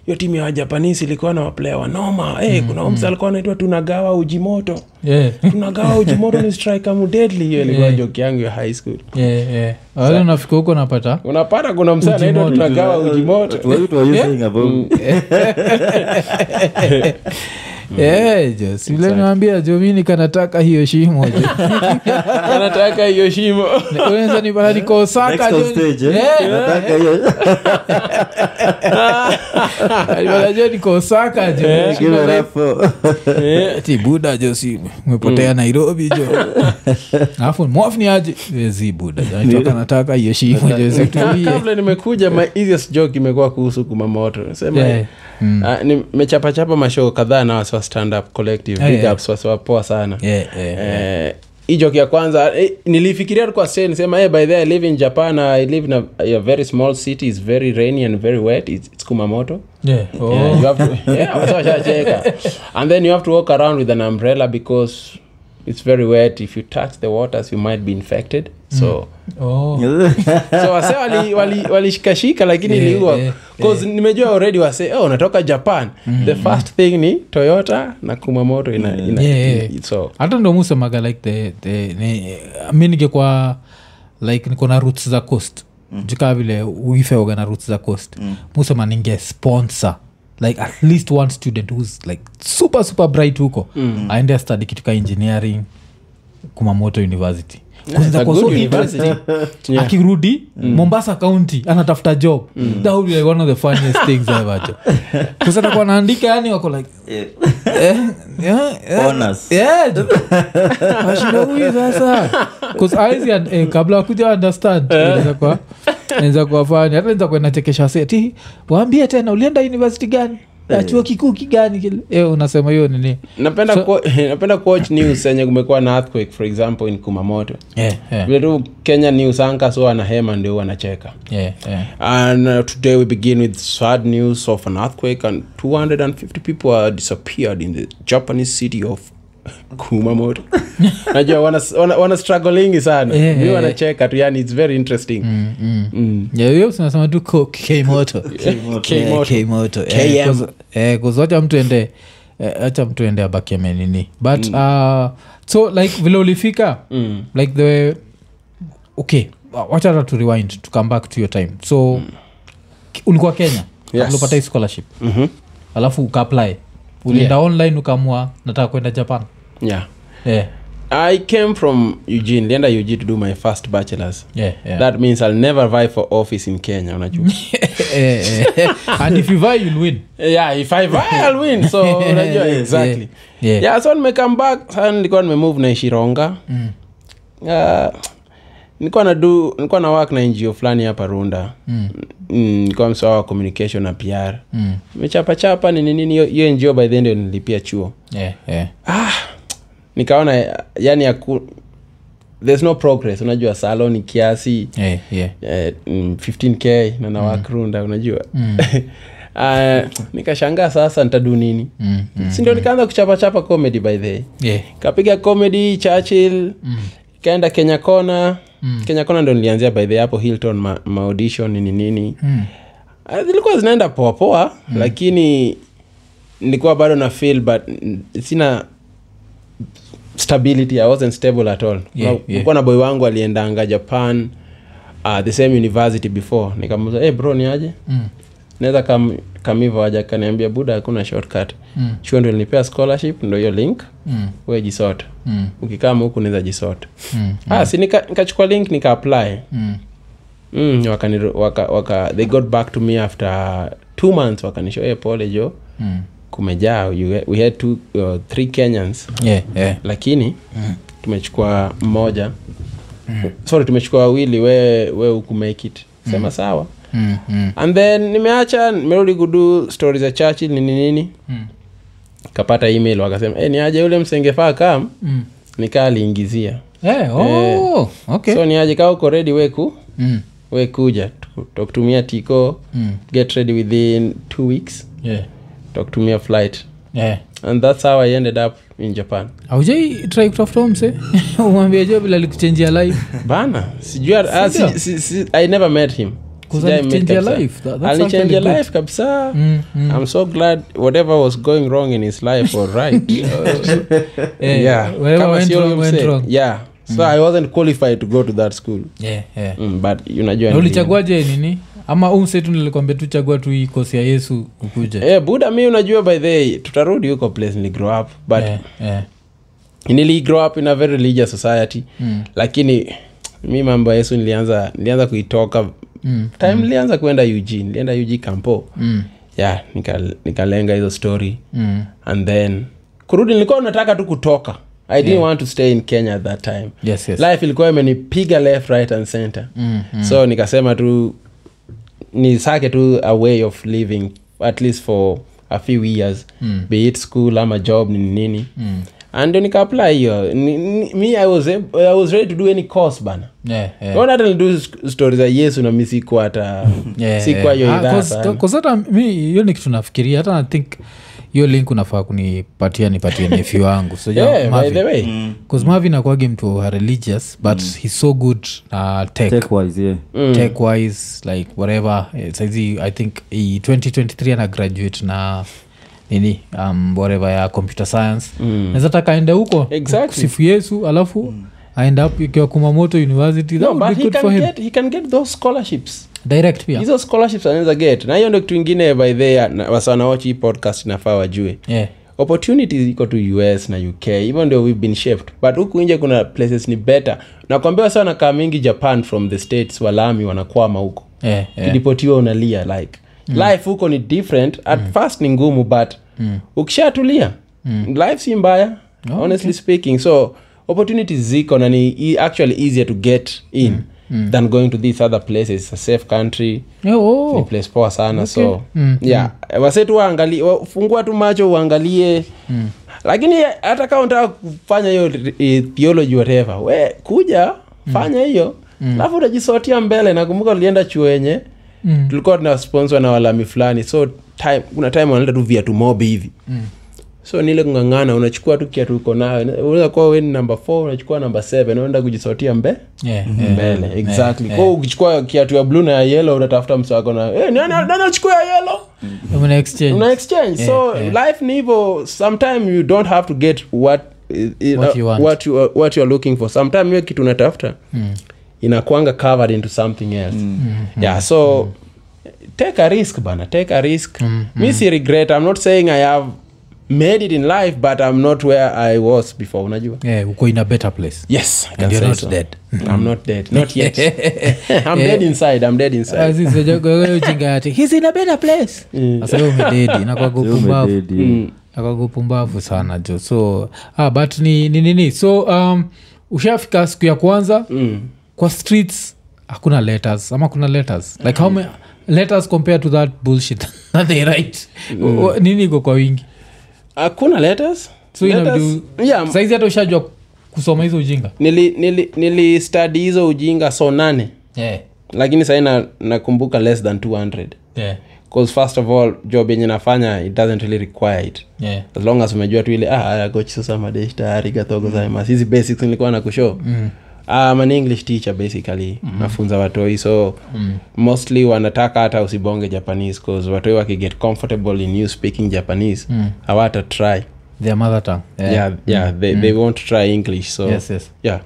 S3: hiyo timu ya wajapanisi ilikuwa na waplaya wanoma eh,
S1: Mm,
S3: kuna umsa alikuwa anaitwa tunagawa ujimoto
S1: Yeah.
S3: tunagawa ujimoto ni striker mudedli hiyo ilikuwa joke yangu ya high school
S1: Yeah, yeah. Wale unafika huko unapata
S3: unapata kuna msa anaitwa
S1: Ujimoto.
S3: tunagawa ujimoto
S2: What- what were you saying about-
S1: Eh, Jos, vile nimewambia jo mi nikanataka hiyo shimo jo.
S3: anataka hiyo shimo
S1: Unaweza nipata niko Osaka,
S2: Next on
S1: jo.
S2: stage, eh?
S1: Yeah.
S2: Nataka hiyo-
S1: Nipata jo niko Osaka, jo.
S2: Give it up for-
S1: Eh, Ati buda jo si umepotea nairobi jo alafu mwafni aje Eh, zi buda jo, nitoka nataka hiyo shimo jo situlie
S3: kabla nimekuja my easiest joke imekuwa kuhusu kumamoto sema
S1: Yeah. Mm.
S3: ah, nimechapachapa mashoo kadhaa na wasiwa stand up collective
S1: Yeah,
S3: big
S1: yeah.
S3: ups wasiwa poa sana
S1: Yeah, yeah,
S3: Eh, hii joke ya kwanza eh, nilifikiria tukwa sasa nisema hey, by the way, I live in Japan I live in a, a very small city it's very rainy and very wet it's, it's Kumamoto
S1: Yeah, oh.
S3: Yeah, you have to, yeah, watu washacheka. and then you have to walk around with an umbrella because it's very wet if you touch the waters you might be infected so
S1: Oh.
S2: Eh?
S3: so wase walishikashika wali, walishikashika lakini
S1: Yeah,
S3: iliua
S1: yeah, Mm.
S3: cause nimejua already wase oh natoka japan the first thing ni toyota na kumamoto ina, ina,
S1: Yeah, yeah.
S3: so
S1: hata ndo musemaga like the, the, ni, mi nikikwa like niko na roots za coast
S3: Mm.
S1: jukaa vile uifeoga na roots za coast mm. musema ninge sponsor like at least one student who's like super super bright huko mm. aende astadi kitu ka engineering kumamoto university 'Cause
S3: a
S1: itakuwa so
S3: good
S1: interesting.
S3: university. Yeah. Mm.
S1: akirudi mombasa county anatafuta job that would be like one of the funniest things ever jo kusatakuwa anaandika yani wako like eh, yeah, yeah.
S2: Honors.
S1: Yeah, jo. Ashinda huyu sasa 'Cause eyes ya- eh, kabla wakuja understand
S3: Eh.
S1: inaweza kuwa- inaweza kuwa funny. hata inaweza kuwa inachekesha seti waambie tena ulienda university gani
S3: Eh.
S1: Na chuo kikuu kigani kile eh, unasema hiyo nini
S3: napenda so, napenda kuwatch news yenye kumekuwa na earthquake for example in kumamoto
S1: yeah, yeah,
S3: vile tu kenya news anchors huwa wanahema ndio wanacheka
S1: yeah, yeah.
S3: And uh, today we begin with sad news of an earthquake, and 250 people are disappeared in the Japanese city of Kumamoto. Najua wana, wana, wana struggling sana
S1: Eh,
S3: mi
S1: eh,
S3: wanacheka tu yani it's very interesting
S1: Mm, mm. Yeah, hiyo tunasema tu ko- Eh, kmoto
S3: Kimoto.
S1: Eh,
S3: KM.
S1: kuzacha mtu ende eh, acha mtu ende abakeme nini but uh, so like vile ulifika
S3: Mm.
S1: like the okay wacha hata tu rewind to come back to your time so ki- ulikuwa kenya
S3: Yes.
S1: yes. upata scholarship
S3: Mhm.
S1: alafu ukaapply ulienda online ukaamua nataka kwenda japan Eh,
S3: yeah
S1: yeah,
S3: i came from eugene lienda ug to do my first bachelors
S1: yeah, yeah.
S3: that means i'll never vie for office in kenya unajua
S1: Eh, eh. and if you vie you'll win
S3: yeah if i vie i'll win so unajua
S1: Yeah,
S3: exactly
S1: yeah.
S3: yeah so nimecome back sana nilikuwa nimemove naishironga mm. uh, nilikuwa na do nilikuwa na work na ngo fulani hapa runda mm. nilikuwa msawa wa communication na pr
S1: Mm.
S3: mechapachapa ni nini hiyo- hiyo ngo by the end nilipia chuo Ah,
S1: Yeah, yeah.
S3: nikaona yani aku, there's no progress unajua salon ni kiasi
S1: Yeah, yeah.
S3: eh, mm, 15k na nawakrunda mm. unajua mm. nikashangaa sasa ntadu nini
S1: Mm,
S3: mm. sindio nikaanza kuchapachapa comedy by the way.
S1: Yeah.
S3: kapiga comedy churchill mm. kaenda kenya kona mm. kenya kona ndo nilianzia by the way, hapo hilton ma, maaudition nini nini
S1: Mm.
S3: Ah, zilikuwa zinaenda poapoa mm. lakini nilikuwa bado na feel but mm, sina stability i wasn't stable at all
S1: Yeah,
S3: Na-
S1: yeah.
S3: nilikuwa na boy wangu aliendanga japan uh, the same university before nikamuza hey bro ni aje
S1: Mm.
S3: naweza kam, kamivo aja kaniambia buda hakuna shortcut
S1: Mm.
S3: chuo ndo nilipea scholarship ndo hiyo link
S1: Mm.
S3: we jisort
S1: Mm.
S3: ukikaa huku naweza jisort
S1: Mm.
S3: ah, si nika- nikachukua link nika apply
S1: Mm.
S3: mm, wakani, waka, waka, they got back to me after two months wakanishoe hey, pole jo
S1: Mm.
S3: kumejaa you, we had two, uh, three kenyans
S1: Yeah, yeah.
S3: lakini
S1: Mm.
S3: tumechukua mmoja sorry tumechukua wawili we we huku make it sema sawa
S1: Mm, mm,
S3: and then nimeacha nimerudi kudu stori za churchill nini nini
S1: mm,
S3: kapata email wakasema hey, ni aje yule msengefaa kam
S1: mm.
S3: nikaa aliingizia
S1: Eh, oh, okay.
S3: so ni aje kaa uko redi weku
S1: Mm,
S3: wekuja takutumia tiko
S1: mm.
S3: get ready within two weeks
S1: Yeah,
S3: takutumia flight
S1: yeah.
S3: and that's how i ended up in japan
S1: aujai try eh? kutafuta umse umwambia jo bila alikuchenjia life
S3: bana sijui ah,
S1: Sindio?
S3: si, si, si, i never met him
S1: 'Cause
S3: Sijai meet
S1: alichange your
S3: kabisa.
S1: life. That- that's
S3: Alichange your
S1: actually good.
S3: life kabisa
S1: Mm, mm.
S3: i'm so glad whatever was going wrong in his life or right
S1: Eh,
S3: yeah
S1: wherever
S3: kama
S1: went
S3: sio
S1: wrong, went
S3: mse.
S1: wrong. Mm.
S3: yeah so i wasn't qualified to go to that school
S1: Yeah, yeah.
S3: mm, but unajua
S1: Na
S3: nili-
S1: ulichaguaje nini ama umsetu nilikwambia tu chagua tu hii kosi ya yesu ukuja
S3: Eh, buda mi unajua by the way, tutarudi huko place nili grow up but
S1: yeah, yeah.
S3: nili grow up in a very religious society
S1: Mm.
S3: lakini mi mambo ya yesu nilianza nilianza kuitoka
S1: Mm.
S3: time nilianza kuenda ug nilienda ug kampo
S1: Mm.
S3: yeah nika- nikalenga hizo story
S1: Mm.
S3: and then kurudi nilikuwa nataka tu kutoka i didn't want to stay in kenya at that time
S1: Yes, yes.
S3: life ilikuwa imenipiga left right and center
S1: Mm,
S3: so nikasema tu nisake tu a way of living at least for a few years mm. be it school ama job ni nini mm. and nikaapply hiyo Ni- ni- me I was, ab- i was ready to do any course bana
S1: Yeah, yeah.
S3: Ona hata nidu stori za yesu na mi sikuwa hata sikuwa hiyo
S1: Ah,
S3: idhaa
S1: cause-
S3: sana.
S1: cause hata mi hiyo ni kitu nafikiria hata na think hiyo link unafaa kunipatia nipatie nefi wangu so yeah,
S3: Yeah, by
S1: Marvin.
S3: the way
S1: bcause mavin akuagi mtu wa religious but mm. he's so good na tech tech,
S2: Tech-wise, yeah.
S3: Mm.
S1: tech wise like whatever eh, saizi i think he 2023 ana graduate na nini um, whatever ya computer science mm. nazataka aende huko
S3: Exactly.
S1: sifu yesu alafu mm. aend up ikiwa kumamoto university that
S3: No,
S1: would
S3: but
S1: be
S3: he
S1: good for
S3: can
S1: him
S3: get- he can get those scholarships
S1: direct pia
S3: hizo scholarships anaweza get na hiyo ndo kitu ingine by the wasanawachi hii podcast inafaa wajue
S1: yeah.
S3: opportunities iko to us na uk hivyo ndio we've been shaped but huku nje kuna places ni better nakwambia wasa wanakaa mingi japan from the states walami wanakwama huko
S1: Yeah, yeah.
S3: kidipotiwa unalia like life huko ni different at first ni ngumu but ukishatulia life si mbaya honestly speaking so opportunities ziko na ni e- actually easier to get in than going to these other places It's a safe country
S1: Yeah, oh. Mm.
S3: ni place poa sana so yeah wasetu waangalie wa- fungua tu macho uangalie
S1: Mm.
S3: lakini hata kama unataka kufanya hiyo eh, theology whatever we kuja
S1: Mm.
S3: fanya hiyo alafu utajisotia mbele nakumbuka ulienda chuo yenye
S1: Mm.
S3: tulikuwa tunasponsor na walami fulani so time, kuna time wanaleta tu viatu mobi hivi
S1: Mm.
S3: so nile kung'ang'ana unachukua tu kiatu uko nayo unaweza kuwa we ni number four unachukua number seven unaenda kujisotia mbele
S1: Yeah, yeah.
S3: mbele exactly
S1: eh.
S3: yeah. ukichukua kiatu ya blue na ya yellow unatafuta msa wako na hey, nani nani anachukua ya yellow
S1: Mna exchange.
S3: una exchange
S1: Yeah,
S3: so
S1: yeah.
S3: life ni hivyo sometime you don't have to get what eh, eh,
S1: What you want. Mm.
S3: what you are, what you are looking for sometime hiyo kitu
S1: Mm-hmm.
S3: unatafuta inakuanga covered into something else yeah so take a risk bana take a risk mm,
S1: Mm-hmm.
S3: mm. mi si regret i'm not saying i have made it in life but i'm not where i was before unajua
S1: yeah, uko in a better place
S3: yes I can
S1: And you're
S3: say
S1: not
S3: so. Mm.
S1: dead.
S3: i'm not dead not yet i'm dead inside i'm dead inside
S1: asinajagagajingayatihisinabedaplasasaumedendi
S2: umededi
S1: nakwagupumbavu sana jo so ah, but ni ni nini so um, ushafika siku ya kwanza mm. kwa streets hakuna letters ama kuna letters like how many letters compared to that bullshit that they write
S3: Mm.
S1: O- o- nini iko kwa wingi
S3: hakuna letters
S1: so
S3: Letters?
S1: inabdu
S3: yeah
S1: saizi hata ushajua kusoma hizo ujinga
S3: nili nili nili study hizo ujinga so nane
S1: yeah.
S3: lakini sahii na- nakumbuka less than 200
S1: Yeah.
S3: cause first of all job yenye nafanya it doesn't really require it
S1: Yeah.
S3: as long as umejua tu ile ah gochisosamadeish tayari gatogozaimas hizi basics nilikuwa na kushow mm. Um, an english teacher basically mm. nafunza watoi so mm. mostly wanataka hata usibonge japanese cause watoi wakiget comfortable in you speaking japanese mm. hawata try
S1: their mother tongue yeah. Mm.
S3: yeah, yeah they, they won't try english so
S1: Yes, yes.
S3: yeah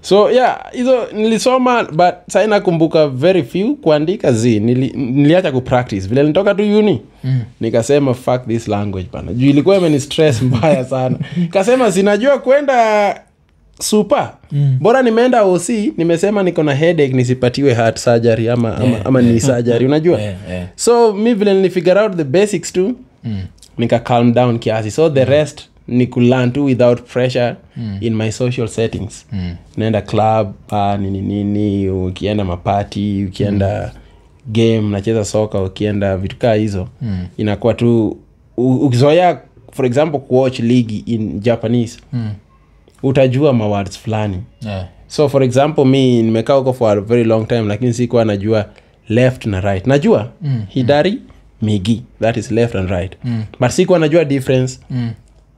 S3: so yeah hizo nilisoma but sai nakumbuka very few kuandika z nili, niliacha kupractice vile nitoka tu uni mm. nikasema fuck this language bana juu ilikuwa imeni stress mbaya sana kasema sinajua kwenda super mm. bora nimeenda oc nimesema niko na headache nisipatiwe heart surgery ama, ama, ama ni surgery unajua
S1: Yeah, yeah.
S3: so mi vile nilifigure out the basics tu mm. nika calm down kiasi so the rest ni kulan tu without pressure mm. in my social settings mm. naenda club pa nini nini ukienda mapati ukienda mm. game nacheza soka ukienda vitu kaa hizo mm. inakuwa tu u- ukizoea for example kuwatch league in japanese
S1: Hmm.
S3: mm. utajua mawards fulani
S1: Yeah.
S3: so for example mi nimekaa huko for a very long time lakini sikuwa najua left na right najua mm, hidari mm. migi that is left and right mm. but sikuwa najua difference mm.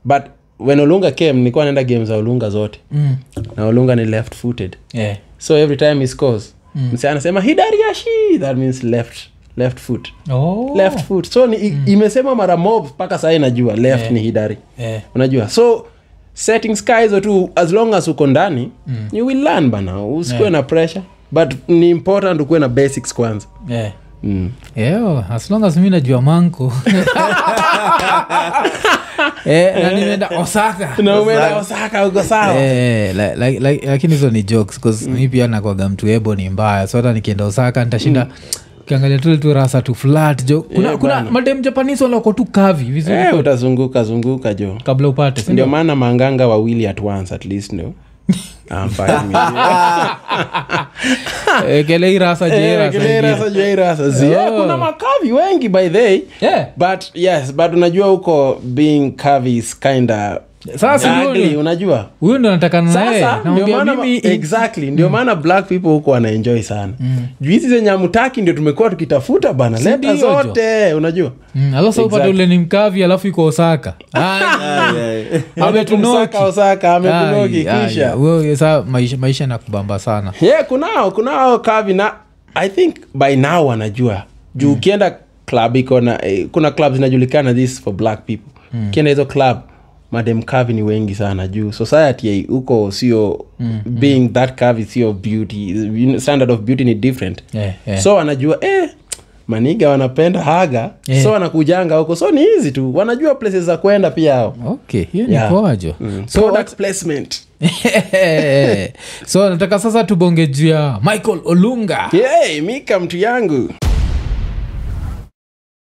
S3: but when olunga came nilikuwa naenda game za olunga zote mm. na olunga ni left footed
S1: Yeah.
S3: so every time he scores mm. mse anasema hidari ashi that means left left foot
S1: Oh.
S3: left foot so ni, mm. imesema mara mob mpaka saa najua left yeah. ni hidari
S1: Yeah.
S3: unajua so settings ka hizo tu as long as uko ndani mm. you will learn bana usikuwe yeah. na pressure but ni important ukuwe na basics kwanza
S1: Yeah.
S3: mm.
S1: Yo, as long as mi najua manko Eh, na nimeenda osaka
S3: na umeenda osaka uko sawa
S1: Eh, la- la- la- lakini hizo ni jokes
S3: Mm.
S1: 'cause mi pia nakwaga mtu ebo ni mbaya so hata nikienda osaka nitashinda kiangalia tule tu rasa tu flat jo kuna,
S3: Mm. Eh,
S1: kuna
S3: bana.
S1: madem japanese walako tu kavi vizuri
S3: eh, utazunguka zunguka jo
S1: kabla upate si
S3: ndio
S1: ndio?
S3: maana manganga wawili at once at least ndio Ah, I'm fine with you.
S1: Eh, kele hii rasa je hii
S3: Eh,
S1: rasa
S3: kile
S1: ingine.
S3: rasa juu ya hii rasa. Zi- eh,
S1: Oh.
S3: kuna makavi wengi by they
S1: Yeah.
S3: but yes but unajua huko being curvy is kinda
S1: Sasa ndio-
S3: ugly, unajua
S1: huyu ndo natakana naye
S3: sasa ndio
S1: namwambia
S3: maana
S1: mimi Mm.
S3: exactly ndio maana black people huko wanaenjoy sana juu hizi zenye amtaki ndio tumekuwa tukitafuta bana leta
S1: ndio, Jo?
S3: zote unajua
S1: Mm, alafu upate
S3: Exactly.
S1: ule ni mkavi alafu iko osaka Ah, ametunoki
S3: Osaka, Osaka, ametunoki,
S1: Ai, ai,
S3: kisha.
S1: ai, wewe sa maisha, maisha na kubamba sana
S3: yeah kunao kunao kavi na i think by now wanajua
S1: Mm.
S3: juu ukienda club iko na eh, kuna club zinajulikana this for black people
S1: Mm.
S3: ukienda hizo club madem kavi ni wengi sana juu society huko sio
S1: Mm,
S3: being that kavi sio beauty You know, standard of beauty ni different
S1: Yeah, yeah.
S3: so wanajua eh, maniga wanapenda haga
S1: Yeah.
S3: so wanakujanga huko so ni hizi tu wanajua places za kwenda pia hao
S1: okay hiyo ni
S3: Yeah. Mm.
S1: poajo
S3: so, product placement
S1: so nataka sasa tubonge juu ya michael olunga
S3: Yay, mika mtu yangu